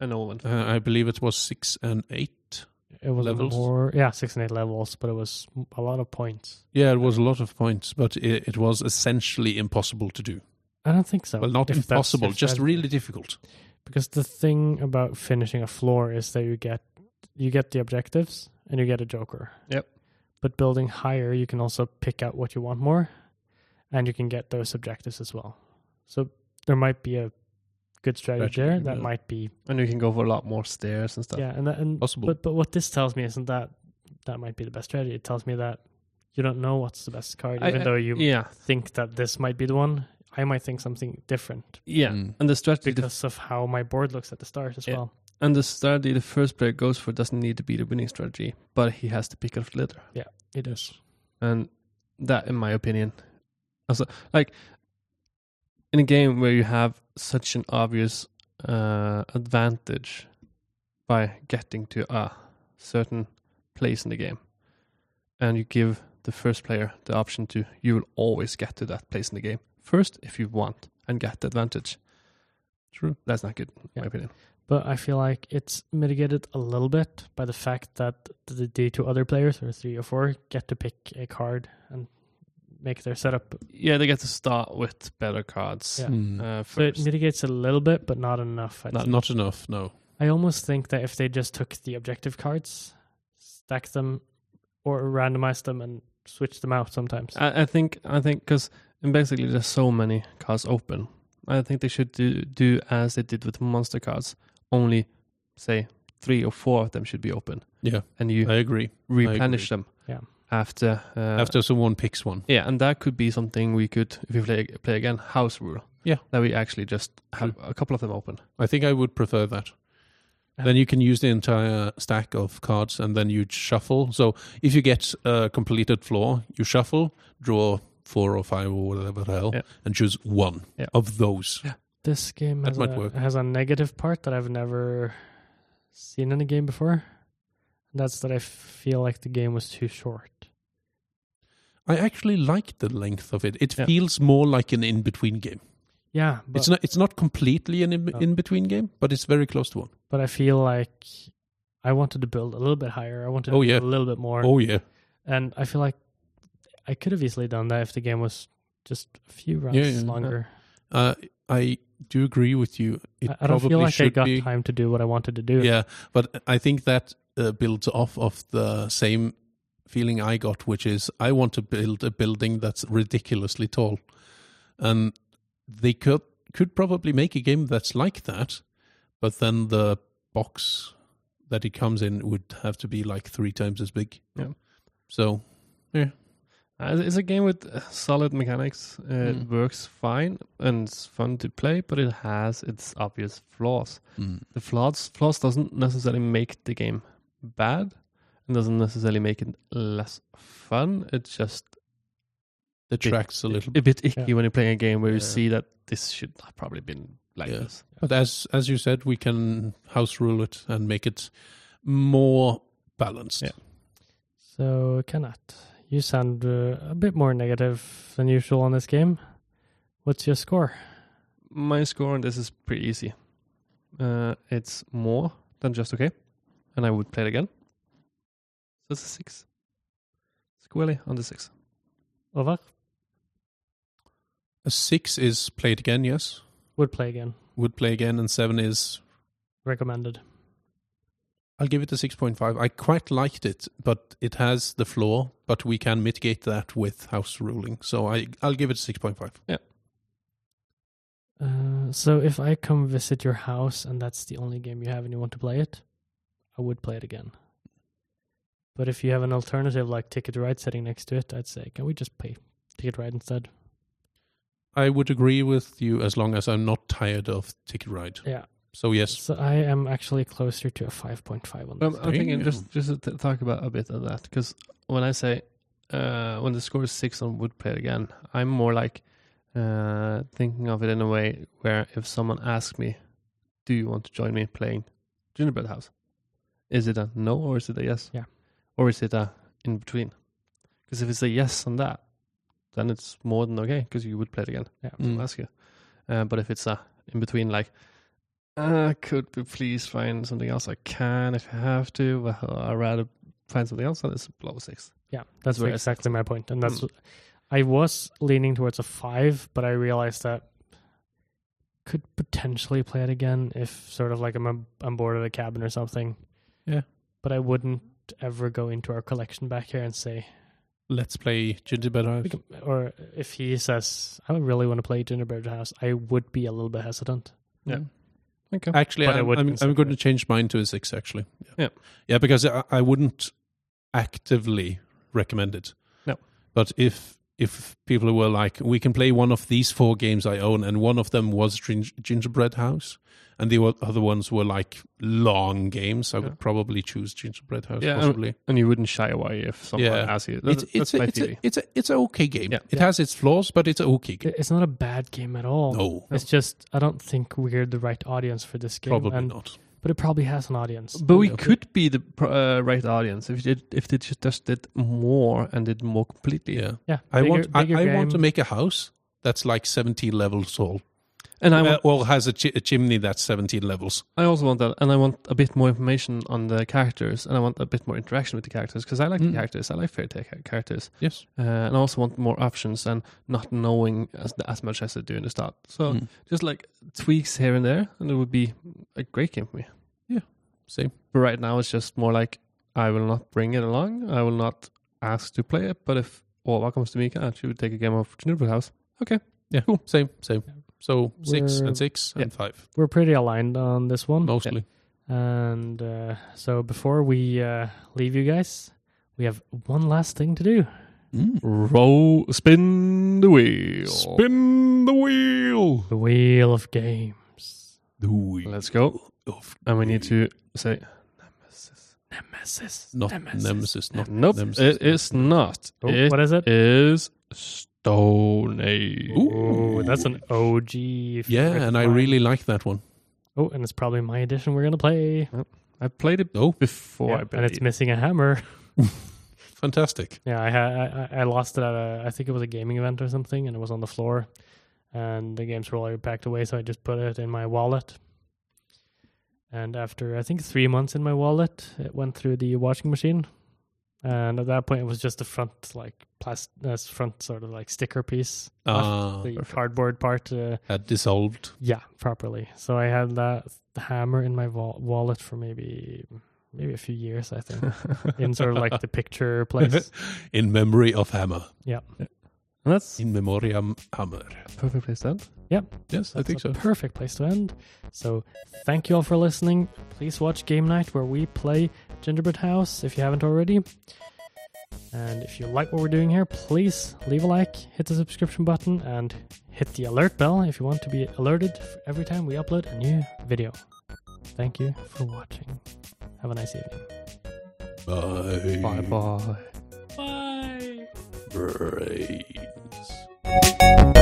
And no one. Uh, I believe it was six and eight. It was Levels? more, yeah, six and eight levels, but it was a lot of points. Yeah, it was a lot of points, but it, it was essentially impossible to do. I don't think so. Well, not If that's- impossible, if just that- really difficult. because the thing about finishing a floor is that you get you get the objectives and you get a joker. Yep. But building higher, you can also pick out what you want more, and you can get those objectives as well. So there might be a good strategy, Strategy, there that yeah. might be And you can go for a lot more stairs and stuff. yeah, and that, and Possible. but but what this tells me isn't that that might be the best strategy. It tells me that you don't know what's the best card, I- even I- though you Yeah. think that this might be the one. I might think something different Yeah. Mm. And the strategy the because of how my board looks at the start as Yeah. well. And the strategy the first player goes for doesn't need to be the winning strategy, but he has to pick up the litter. It is. And that, in my opinion, also like in a game where you have such an obvious uh, advantage by getting to a certain place in the game, and you give the first player the option to, you will always get to that place in the game first if you want and get the advantage. True. That's not good, in Yeah. my opinion. but I feel like it's mitigated a little bit by the fact that the, the two other players, or three or four, get to pick a card and make their setup. Yeah, they get to start with better cards. Yeah. Mm. uh, So it first. mitigates a little bit, but not enough. I'd not, say. not enough, no. I almost think that if they just took the objective cards, stacked them, or randomized them and switched them out sometimes. Uh, I, I think I think because basically there's so many cards open. I think they should do, do as they did with monster cards. Only say three or four of them should be open, Yeah, and you I agree. replenish them. Yeah. After uh, After someone picks one. yeah, and that could be something we could if we play play again house rule. Yeah. Hmm. that we actually just have a couple of them open. I think I would prefer that. Yeah. Then you can use the entire stack of cards and then you shuffle. So if you get a completed floor, you shuffle, draw four or five or whatever the hell, Yeah. and choose one Yeah. of those. this game That has, might a, work. has a negative part that I've never seen in a game before. And that's that I feel like the game was too short. I actually like the length of it. It Yeah. feels more like an in between game. Yeah, but it's not it's not completely an in, No. in between game, but it's very close to one. but I feel like I wanted to build a little bit higher. I wanted to Oh, build yeah. a little bit more. Oh yeah. And I feel like I could have easily done that if the game was just a few rounds Yeah, yeah. longer. Uh, I do agree with you. It I, I don't probably feel like I should got be. time to do what I wanted to do. Yeah, but I think that uh, builds off of the same feeling I got, which is I want to build a building that's ridiculously tall, and they could could probably make a game that's like that, but then the box that it comes in would have to be like three times as big. Yeah. So Uh, It's a game with uh, solid mechanics. Uh, Mm. It works fine and it's fun to play, but it has its obvious flaws. mm, the flaws flaws doesn't necessarily make the game bad and doesn't necessarily make it less fun it's just the tracks a little a bit icky Yeah. when you're playing a game where you Yeah. see that this should not probably been like Yeah. this But as as you said, we can house rule it and make it more balanced. Yeah. So, Kenneth, you sound uh, a bit more negative than usual on this game. What's your score? my score on this is pretty easy uh, it's more than just okay and i would play it again so it's a six squarely on the six Over? A six is played again, yes. Would play again. Would play again, and seven is Recommended. I'll give it a six point five. I quite liked it, but it has the flaw, but we can mitigate that with house ruling. So I I'll give it a six point five. Uh, so, if I come visit your house and that's the only game you have and you want to play it, I would play it again. But if you have an alternative like Ticket to Ride sitting next to it, I'd say, can we just play Ticket to Ride instead? I would agree with you as long as I'm not tired of Ticket Ride. Yeah. So yes, So I am actually closer to a 5.5 on this. Um, I'm, I'm thinking Damn. just just to t- talk about a bit of that because when I say uh, when the score is six on would play it again, I'm more like uh, thinking of it in a way where if someone asks me, "Do you want to join me playing Gingerbread House?" Is it a no or is it a yes? Yeah. Or is it a in between? Because if it's a yes on that, then it's more than okay because you would play it again. Yeah. Mm. I'll ask you. Uh, but if it's a in between, like, uh, could we please find something else? I can if you have to. Well, I'd rather find something else. And it's below six. Yeah, that's where I exactly my point, and Hmm. that's I was leaning towards a five, but I realized that could potentially play it again if sort of like I'm I'm bored of the cabin or something. Yeah. but I wouldn't ever go into our collection back here and say, let's play Gingerbread House. we can- or if he says I really want to play Gingerbread House, I would be a little bit hesitant. Yeah. Okay. Actually, But I I'm, would I'm, consider I'm going to it. change mine to a six. Actually, Yeah. yeah, because I, I wouldn't actively recommend it. No. but if if people were like, we can play one of these four games I own, and one of them was Gin- Gingerbread House, and the o- other ones were like long games, I Yeah. would probably choose Gingerbread House. Yeah, possibly. and you wouldn't shy away if someone Yeah. asks you. It's That's, it's that's a, my it's, a, theory. it's a it's an okay game. Yeah. It Yeah. has its flaws, but it's an okay game. It- It's not a bad game at all. No, It's just I don't think we're the right audience for this game, probably and- not. but it probably has an audience. But we Yeah. could be the pr- uh, right audience if they, if they just just did more and did more completely. Yeah, Yeah, I bigger- want bigger I, I want game. to make a house that's like 17 levels tall. And I, want, Uh, or has a, chi- a chimney that's 17 levels. I also want that, and I want a bit more information on the characters, and I want a bit more interaction with the characters because I like Mm. the characters. I like fairy tale cha- characters. Yes. uh, and I also want more options and not knowing as, as much as I do in the start. So Hmm. Mm. just like tweaks here and there, and it would be a great game for me. Same. But right now, it's just more like I will not bring it along. I will not ask to play it. But if Orva comes to me, can actually take a game of Gingerbread House. Yeah. Cool. Same. Same. So 6 We're- and 6 and 5 We're pretty aligned on this one. mostly. And uh, so before we uh, leave you guys, we have one last thing to do. Mm. Roll, spin the wheel. Spin the wheel. The Wheel of Games. The wheel. Let's go. of And we need to say Nemesis. not Nemesis. nemesis, not nope. Nemesis, it no. is not. Oh, It what is it? is Stone Age. Oh, that's an OG. Yeah, favorite and I of mine. really like that one. Oh, and it's probably my edition we're going to play. I played it Oh. before. Yeah, I and it's believe. missing a hammer. Fantastic. Yeah, I, ha- I I lost it at a I think it was a gaming event or something, and it was on the floor, and the games were all packed away, so I just put it in my wallet. And after I think three months in my wallet, it went through the washing machine, and at that point it was just the front like plastic uh, front sort of like sticker piece, Ah, the cardboard part. Uh, had dissolved. yeah, properly. So I had that hammer in my wall- wallet for maybe maybe a few years, I think, in sort of like the picture place. In memory of Hammer. And that's In memoriam Hammer. perfect place to end. Yes, I That's think a so. perfect place to end. So, thank you all for listening. Please watch Game Night where we play Gingerbread House if you haven't already. And if you like what we're doing here, please leave a like, hit the subscription button, and hit the alert bell if you want to be alerted for every time we upload a new video. Thank you for watching. Have a nice evening. Bye. Bye bye. Bye. Brains.